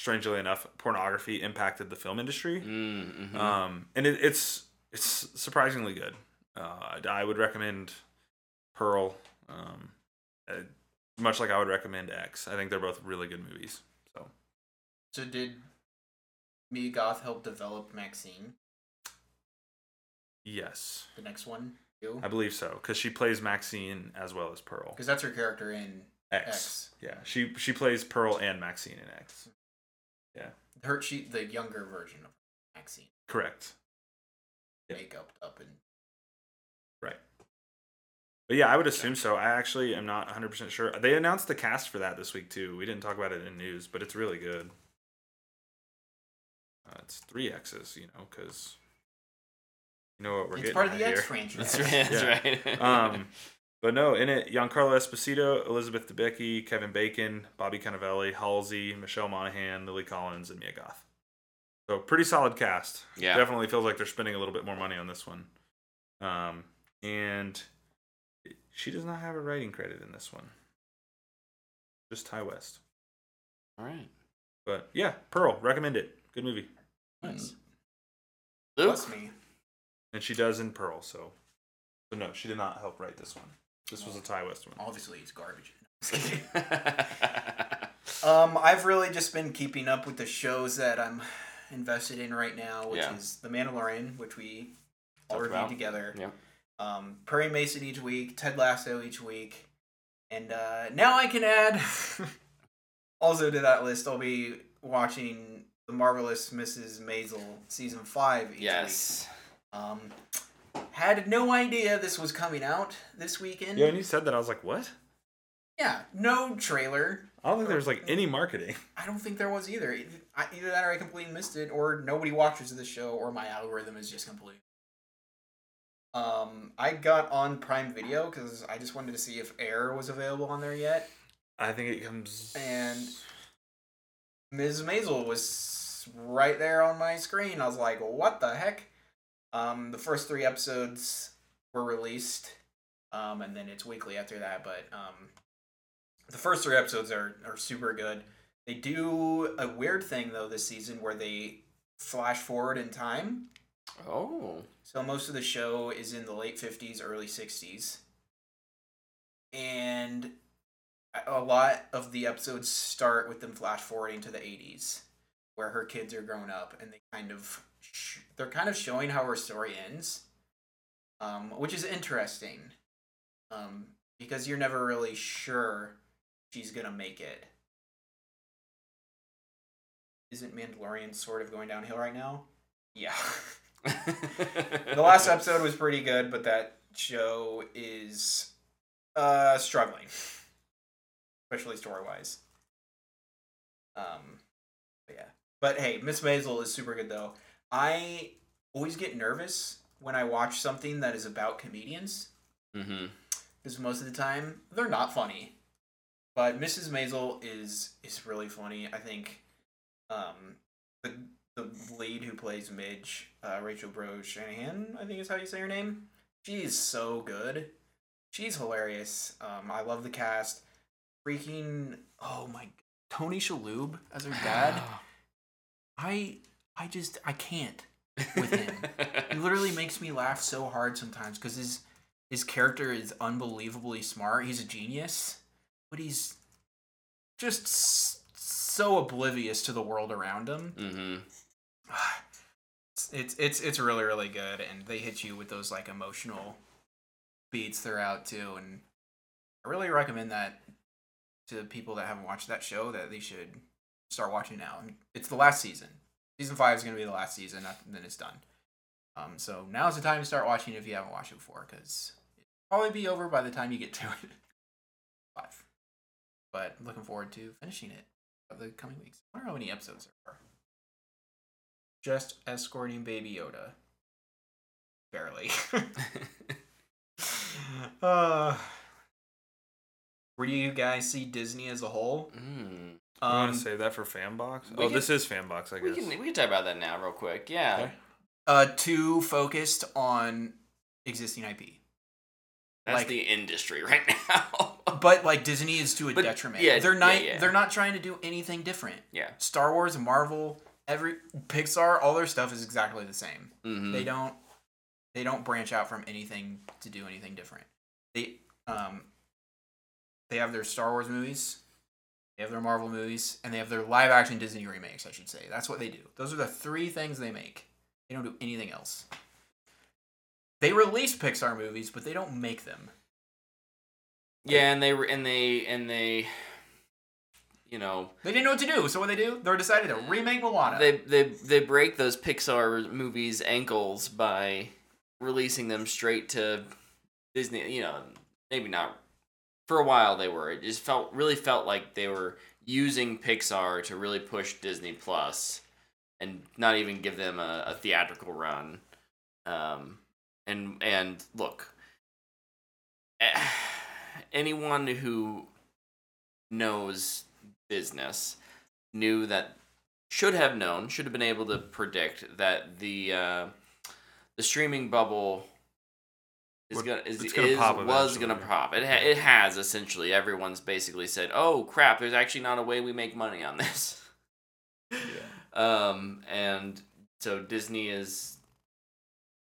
[SPEAKER 3] strangely enough, pornography impacted the film industry.
[SPEAKER 1] Mm-hmm.
[SPEAKER 3] Um, and it, it's it's surprisingly good. Uh, I- I would recommend Pearl, um, uh, much like I would recommend X. I think they're both really good movies. So
[SPEAKER 2] So did Mia Goth help develop Maxine,
[SPEAKER 3] yes,
[SPEAKER 2] the next one? too?
[SPEAKER 3] I believe so because she plays Maxine as well as Pearl.
[SPEAKER 2] Because that's her character in
[SPEAKER 3] X.
[SPEAKER 2] X. Hmm.
[SPEAKER 3] Yeah, she she plays Pearl and Maxine in X.
[SPEAKER 2] her she the younger version of Maxine,
[SPEAKER 3] Correct. Yeah.
[SPEAKER 2] make up up and
[SPEAKER 3] But yeah, I would assume so. I actually am not 100% sure. They announced the cast for that this week too. We didn't talk about it in news, but it's really good. Uh, it's three X's, you know, because you know what we're
[SPEAKER 2] it's
[SPEAKER 3] getting
[SPEAKER 2] part of
[SPEAKER 3] at
[SPEAKER 2] the X
[SPEAKER 3] here.
[SPEAKER 2] franchise.
[SPEAKER 1] That's right. That's
[SPEAKER 3] Yeah.
[SPEAKER 1] right.
[SPEAKER 3] um, but no, in it, Giancarlo Esposito, Elizabeth Debicki, Kevin Bacon, Bobby Cannavale, Halsey, Michelle Monaghan, Lily Collins, and Mia Goth. So pretty solid cast.
[SPEAKER 1] Yeah.
[SPEAKER 3] Definitely feels like they're spending a little bit more money on this one. Um, and she does not have a writing credit in this one. Just Ty West.
[SPEAKER 1] All right.
[SPEAKER 3] But yeah, Pearl, recommend it. Good movie.
[SPEAKER 1] Nice. Luke.
[SPEAKER 2] Mm. Bless me.
[SPEAKER 3] And she does in Pearl, so. But no, she did not help write this one. This was a Ty West one.
[SPEAKER 2] Obviously, it's garbage. Um, I've really just been keeping up with the shows that I'm invested in right now, which
[SPEAKER 1] Yeah.
[SPEAKER 2] is The Mandalorian, which we all
[SPEAKER 1] Talked
[SPEAKER 2] review
[SPEAKER 1] about.
[SPEAKER 2] together.
[SPEAKER 1] Yeah.
[SPEAKER 2] Um, Perry Mason each week, Ted Lasso each week, and uh, now I can add. also to that list, I'll be watching The Marvelous Mrs. Maisel season five each
[SPEAKER 1] yes.
[SPEAKER 2] week. Um, had no idea this was coming out this weekend.
[SPEAKER 3] Yeah, when you said that, I was like, what?
[SPEAKER 2] yeah, no trailer.
[SPEAKER 3] I don't think there's like any marketing.
[SPEAKER 2] I don't think there was either. Either- I- Either that, or I completely missed it, or nobody watches this show, or my algorithm is just complete. Um, I got on Prime Video because I just wanted to see if Air was available on there yet.
[SPEAKER 3] I think it comes.
[SPEAKER 2] And- Ms. Maisel was right there on my screen. I was like, "What the heck?" Um, the first three episodes were released, um, and then it's weekly after that. But um, the first three episodes are are super good. They do a weird thing though this season where they flash forward in time.
[SPEAKER 1] Oh.
[SPEAKER 2] So most of the show is in the late 50s, early 60s. And a lot of the episodes start with them flash forwarding to the 80s where her kids are grown up and they kind of sh- they're kind of showing how her story ends. Um, which is interesting. Um, because you're never really sure she's going to make it. Isn't Mandalorian sort of going downhill right now? Yeah. the last episode was pretty good, but that show is uh struggling, especially story wise. Um, but yeah. But hey, Miss Maisel is super good though. I always get nervous when I watch something that is about comedians
[SPEAKER 1] Mm-hmm.
[SPEAKER 2] because most of the time they're not funny. But Mrs. Maisel is is really funny. I think um, the the lead who plays Midge, uh, Rachel Brose Shanahan, I think is how you say her name. She's so good. she's hilarious. Um, I love the cast. Freaking oh my, Tony Shalhoub as her dad. I I just I can't with him. He literally makes me laugh so hard sometimes because his his character is unbelievably smart. He's a genius, but he's just s- so oblivious to the world around him.
[SPEAKER 1] mm-hmm.
[SPEAKER 2] It's it's it's really really good, and they hit you with those like emotional beats throughout too. And I really recommend that to people that haven't watched that show that they should start watching now. And It's the last season. Season five is going to be the last season, after- then it's done. Um, so now's the time to start watching if you haven't watched it before, because it'll probably be over by the time you get to it. Five. But looking forward to finishing it of the coming weeks. I don't know how many episodes there are. Just escorting Baby Yoda. Barely. uh, where do you guys see Disney as a whole?
[SPEAKER 1] Mm.
[SPEAKER 3] I want
[SPEAKER 2] Um,
[SPEAKER 3] to save that for Fanbox.
[SPEAKER 1] we
[SPEAKER 3] Oh,
[SPEAKER 1] can-
[SPEAKER 3] this is Fanbox, I
[SPEAKER 1] We
[SPEAKER 3] guess.
[SPEAKER 1] can we can talk about that now real quick. Yeah.
[SPEAKER 3] Okay.
[SPEAKER 2] uh, too focused on existing IP,
[SPEAKER 1] That's
[SPEAKER 2] Like-
[SPEAKER 1] the industry right now.
[SPEAKER 2] but like Disney is to a
[SPEAKER 1] But,
[SPEAKER 2] detriment.
[SPEAKER 1] yeah,
[SPEAKER 2] they're
[SPEAKER 1] yeah,
[SPEAKER 2] not.
[SPEAKER 1] yeah.
[SPEAKER 2] They're not trying to do anything different.
[SPEAKER 1] yeah.
[SPEAKER 2] Star Wars, Marvel, every Pixar, all their stuff is exactly the same.
[SPEAKER 1] Mm-hmm.
[SPEAKER 2] They don't they don't branch out from anything to do anything different. They um they have their Star Wars movies, they have their Marvel movies, and they have their live action Disney remakes, I should say. That's what they do. Those are the three things they make. They don't do anything else. They release Pixar movies, but they don't make them.
[SPEAKER 1] Yeah, and they were and they and they you know
[SPEAKER 2] They didn't know what to do, so what they do? They decided to remake Moana.
[SPEAKER 1] they they they break those Pixar movies ankles by releasing them straight to Disney, you know, maybe not for a while they were. It just felt really felt like they were using Pixar to really push Disney Plus and not even give them a, a theatrical run. Um and and look eh, anyone who knows business knew that should have known, should have been able to predict that the uh, the streaming bubble is
[SPEAKER 3] Would-
[SPEAKER 1] gonna is,
[SPEAKER 3] it's gonna
[SPEAKER 1] is-
[SPEAKER 3] pop
[SPEAKER 1] was
[SPEAKER 3] eventually.
[SPEAKER 1] gonna pop. It ha- it has essentially. Everyone's basically said, "Oh crap, there's actually not a way we make money on this." Um, and so Disney is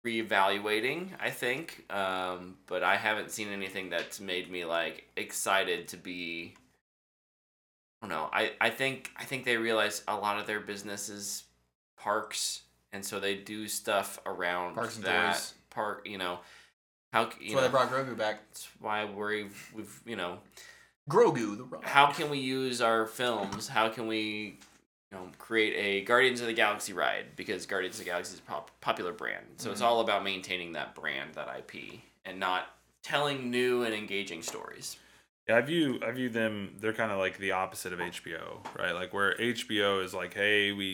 [SPEAKER 1] reevaluating, I think. Um, but I haven't seen anything that's made me like excited to be. I don't know. I, I think I think they realize a lot of their business is parks, and so they do stuff around
[SPEAKER 2] Parks and
[SPEAKER 1] that
[SPEAKER 2] toys.
[SPEAKER 1] park. You know how c-
[SPEAKER 2] That's
[SPEAKER 1] you
[SPEAKER 2] why they
[SPEAKER 1] know.
[SPEAKER 2] brought Grogu back.
[SPEAKER 1] That's why we've we've you know
[SPEAKER 2] Grogu the rock.
[SPEAKER 1] how can we use our films? How can we, you know, create a Guardians of the Galaxy ride because Guardians of the Galaxy is a pop- popular brand. So it's
[SPEAKER 2] Mhm.
[SPEAKER 1] all about maintaining that brand, that IP, and not telling new and engaging stories.
[SPEAKER 3] Yeah, I view I view them. They're kind of like the opposite of HBO, right? Like where HBO is like, hey, we,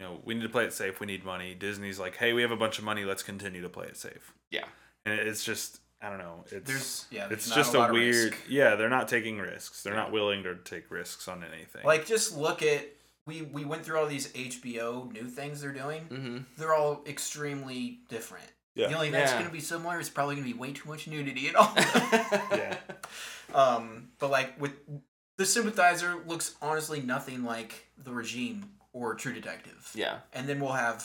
[SPEAKER 3] you know, we need to play it safe. We need money. Disney's like, hey, we have a bunch of money. Let's continue to play it safe.
[SPEAKER 1] Yeah.
[SPEAKER 3] and it's just I don't know. It's
[SPEAKER 2] There's yeah, there's
[SPEAKER 3] it's
[SPEAKER 2] not
[SPEAKER 3] just
[SPEAKER 2] a,
[SPEAKER 3] a,
[SPEAKER 2] lot of
[SPEAKER 3] weird.
[SPEAKER 2] risk.
[SPEAKER 3] Yeah, they're not taking risks. They're not willing to take risks on anything.
[SPEAKER 2] Like just look at we we went through all these HBO new things they're doing.
[SPEAKER 1] Mm-hmm.
[SPEAKER 2] They're all extremely different.
[SPEAKER 3] Yeah.
[SPEAKER 2] The only thing that's
[SPEAKER 1] Yeah.
[SPEAKER 2] gonna be similar is probably gonna be way too much nudity and all.
[SPEAKER 3] yeah,
[SPEAKER 2] um, but like with the sympathizer looks honestly nothing like the regime or True Detective.
[SPEAKER 1] Yeah.
[SPEAKER 2] And then we'll have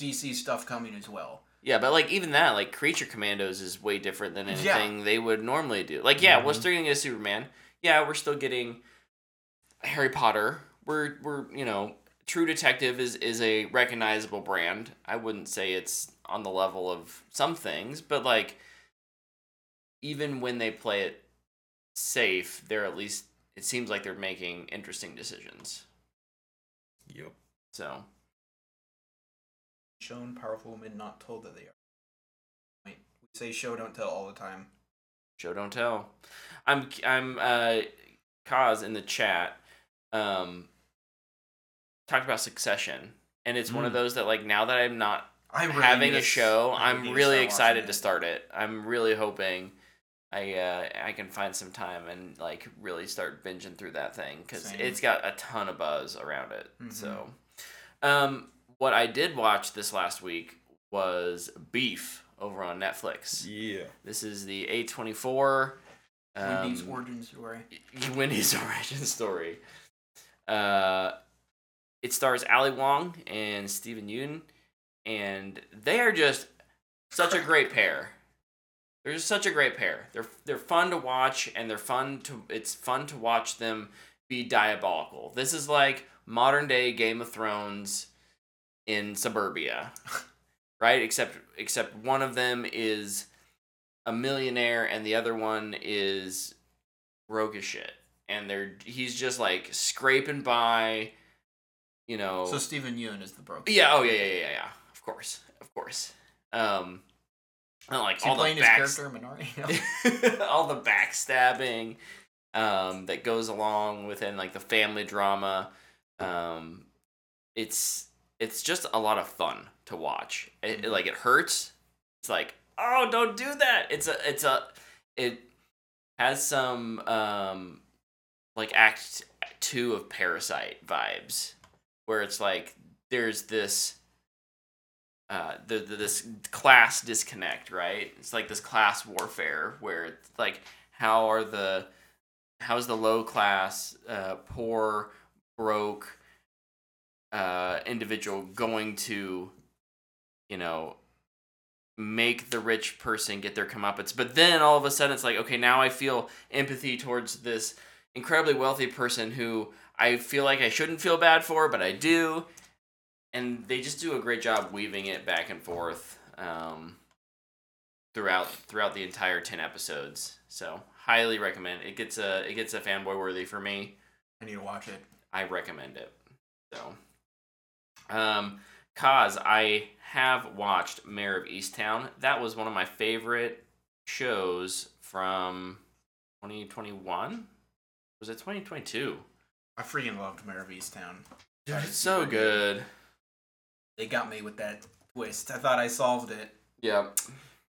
[SPEAKER 2] DC stuff coming as well.
[SPEAKER 1] Yeah, but like even that, like Creature Commandos is way different than anything they would normally do. Like, yeah, we're
[SPEAKER 3] Mhm.
[SPEAKER 1] still getting a Superman. Yeah, we're still getting Harry Potter. We're we're you know, True Detective is is a recognizable brand. I wouldn't say it's on the level of some things, but like even when they play it safe, they're at least it seems like they're making interesting decisions.
[SPEAKER 3] yep.
[SPEAKER 1] So
[SPEAKER 2] Shown powerful women not told that they are. Wait, we say show don't tell all the time.
[SPEAKER 1] show don't tell i'm i'm uh cause in the chat um talked about succession and it's one of
[SPEAKER 2] Hmm.
[SPEAKER 3] Mm.
[SPEAKER 1] those that like now that i'm not
[SPEAKER 2] I really
[SPEAKER 1] having
[SPEAKER 2] need
[SPEAKER 1] a
[SPEAKER 2] s-
[SPEAKER 1] show
[SPEAKER 2] I need
[SPEAKER 1] i'm
[SPEAKER 2] to
[SPEAKER 1] really
[SPEAKER 2] start
[SPEAKER 1] excited
[SPEAKER 2] watching
[SPEAKER 1] to
[SPEAKER 2] it.
[SPEAKER 1] start it i'm really hoping i uh i can find some time and like really start binging through that thing because
[SPEAKER 2] Same.
[SPEAKER 1] it's got a ton of buzz around it
[SPEAKER 2] Mhm.
[SPEAKER 1] so um what i did watch this last week was beef over on Netflix.
[SPEAKER 3] Yeah.
[SPEAKER 1] This is the A24 um,
[SPEAKER 2] Wendy's origin story.
[SPEAKER 1] Wendy's origin story. Uh, it stars Ali Wong and Steven Yeun, and they are just such a great pair. They're just such a great pair. They're they're fun to watch, and they're fun to it's fun to watch them be diabolical. This is like modern day Game of Thrones in suburbia, right? Except except one of them is a millionaire, and the other one is broke as shit, and they're he's just like scraping by, you know.
[SPEAKER 2] So Stephen Yeun is the broken.
[SPEAKER 1] Oh. yeah. Oh yeah. Yeah. Yeah. Yeah. yeah. Of course. Of course. Um, I don't like
[SPEAKER 2] Is he
[SPEAKER 1] all the
[SPEAKER 2] playing his
[SPEAKER 1] backs-
[SPEAKER 2] character Minari?
[SPEAKER 1] all the backstabbing um, that goes along within like the family drama. Um, it's it's just a lot of fun to watch. It, it- like it hurts. It's like oh, don't do that. It's a it's a it has some um, like Act Two of Parasite vibes, where it's like there's this uh, the, the this class disconnect, right? It's like this class warfare where it's like how are the how's the low class, uh, poor, broke uh, individual going to, you know, make the rich person get their comeuppance? But then all of a sudden it's like, okay, now I feel empathy towards this incredibly wealthy person who I feel like I shouldn't feel bad for, but I do and they just do a great job weaving it back and forth um, throughout throughout the entire ten episodes. So highly recommend it. gets a It gets a fanboy worthy for me.
[SPEAKER 2] I need to watch it.
[SPEAKER 1] I recommend it. So, um, cause I have watched Mayor of Easttown. That was one of my favorite shows from 2021. Was it 2022?
[SPEAKER 2] I freaking loved Mayor of Easttown.
[SPEAKER 1] Dude, it's so good.
[SPEAKER 2] They got me with that twist. I thought I solved it.
[SPEAKER 1] Yeah,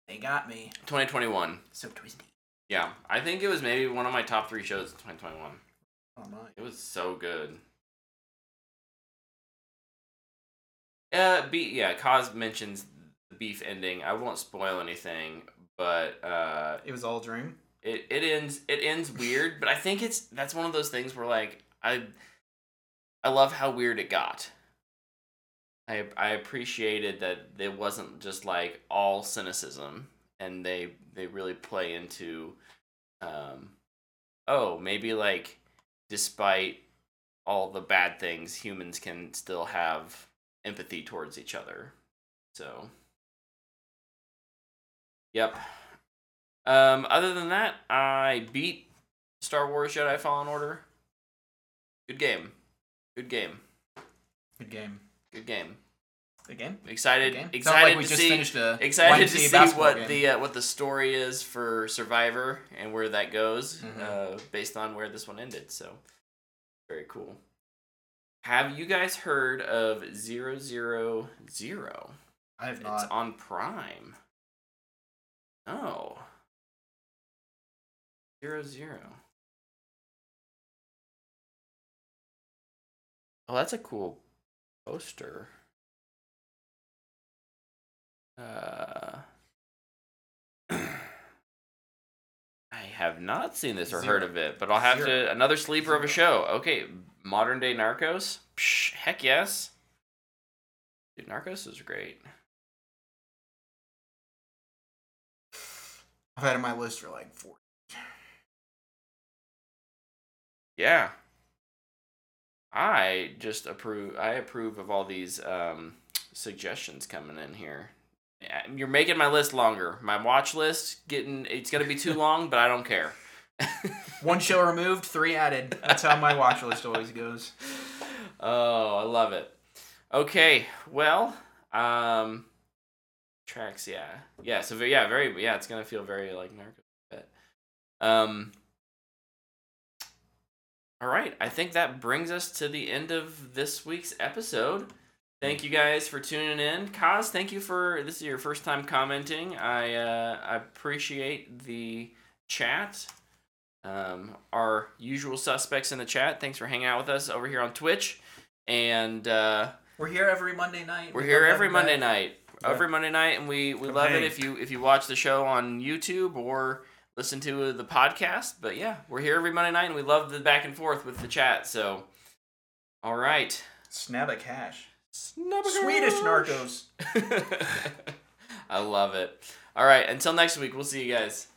[SPEAKER 2] They got me.
[SPEAKER 1] 2021.
[SPEAKER 2] So twisty.
[SPEAKER 1] Yeah, I think it was maybe one of my top three shows in 2021.
[SPEAKER 2] Oh my.
[SPEAKER 1] It was so good. Uh, be yeah. Cos mentions the beef ending. I won't spoil anything, but uh,
[SPEAKER 2] It was all a dream.
[SPEAKER 1] it it ends it ends weird. But I think it's that's one of those things where like I I love how weird it got. I I appreciated that it wasn't just like all cynicism, and they they really play into, um, oh maybe like despite all the bad things, humans can still have empathy towards each other. So, yep. Um, other than that, I beat Star Wars Jedi Fallen Order. Good game. Good game.
[SPEAKER 2] Good game.
[SPEAKER 1] Good game.
[SPEAKER 2] Good game.
[SPEAKER 1] Excited.
[SPEAKER 2] Good game. Sounds
[SPEAKER 1] Excited
[SPEAKER 2] like we
[SPEAKER 1] to
[SPEAKER 2] just
[SPEAKER 1] see.
[SPEAKER 2] finished a
[SPEAKER 1] Excited to
[SPEAKER 2] YMCA
[SPEAKER 1] see
[SPEAKER 2] basketball
[SPEAKER 1] what
[SPEAKER 2] game.
[SPEAKER 1] the uh, what the story is for Survivor and where that goes,
[SPEAKER 2] Mhm.
[SPEAKER 1] uh, based on where this one ended. So, very cool. Have you guys heard of Zero Zero Zero?
[SPEAKER 2] I have
[SPEAKER 1] It's
[SPEAKER 2] not.
[SPEAKER 1] on Prime. Oh. Zero zero. Oh, that's a cool poster. Uh, I have not seen this or heard
[SPEAKER 2] Zero.
[SPEAKER 1] of it, but I'll have to
[SPEAKER 2] Zero.
[SPEAKER 1] another sleeper of a show.
[SPEAKER 2] Zero.
[SPEAKER 1] Okay, modern day Narcos. Psh, heck yes. Dude, Narcos is great.
[SPEAKER 2] I've had it on my list for like four.
[SPEAKER 1] Yeah. I just approve I approve of all these um suggestions coming in here. Yeah, You're making my list longer. My watch list getting it's going to be too long, but I don't care.
[SPEAKER 2] One show removed, three added. That's how my watch list always goes.
[SPEAKER 1] Oh, I love it. Okay, well, um tracks, yeah. Yeah, so ve- yeah, very yeah, it's going to feel very like narco bit. Um All right, I think that brings us to the end of this week's episode. Thank you guys for tuning in. Kaz, thank you for this is your first time commenting. I uh, I appreciate the chat. Um, our usual suspects in the chat. Thanks for hanging out with us over here on Twitch, and uh,
[SPEAKER 2] We're here every Monday night.
[SPEAKER 1] we're
[SPEAKER 2] We
[SPEAKER 1] here
[SPEAKER 2] love
[SPEAKER 1] every
[SPEAKER 2] having
[SPEAKER 1] Monday
[SPEAKER 2] you back.
[SPEAKER 1] night. every Monday night, and we we
[SPEAKER 3] Come
[SPEAKER 1] love
[SPEAKER 3] hang.
[SPEAKER 1] it if you if you watch the show on YouTube or listen to the podcast. But yeah, we're here every Monday night, and we love the back and forth with the chat. So, all right,
[SPEAKER 2] Snap a cash.
[SPEAKER 1] Snubbergosh.
[SPEAKER 2] Swedish narcos.
[SPEAKER 1] I love it. All right, until next week, we'll see you guys.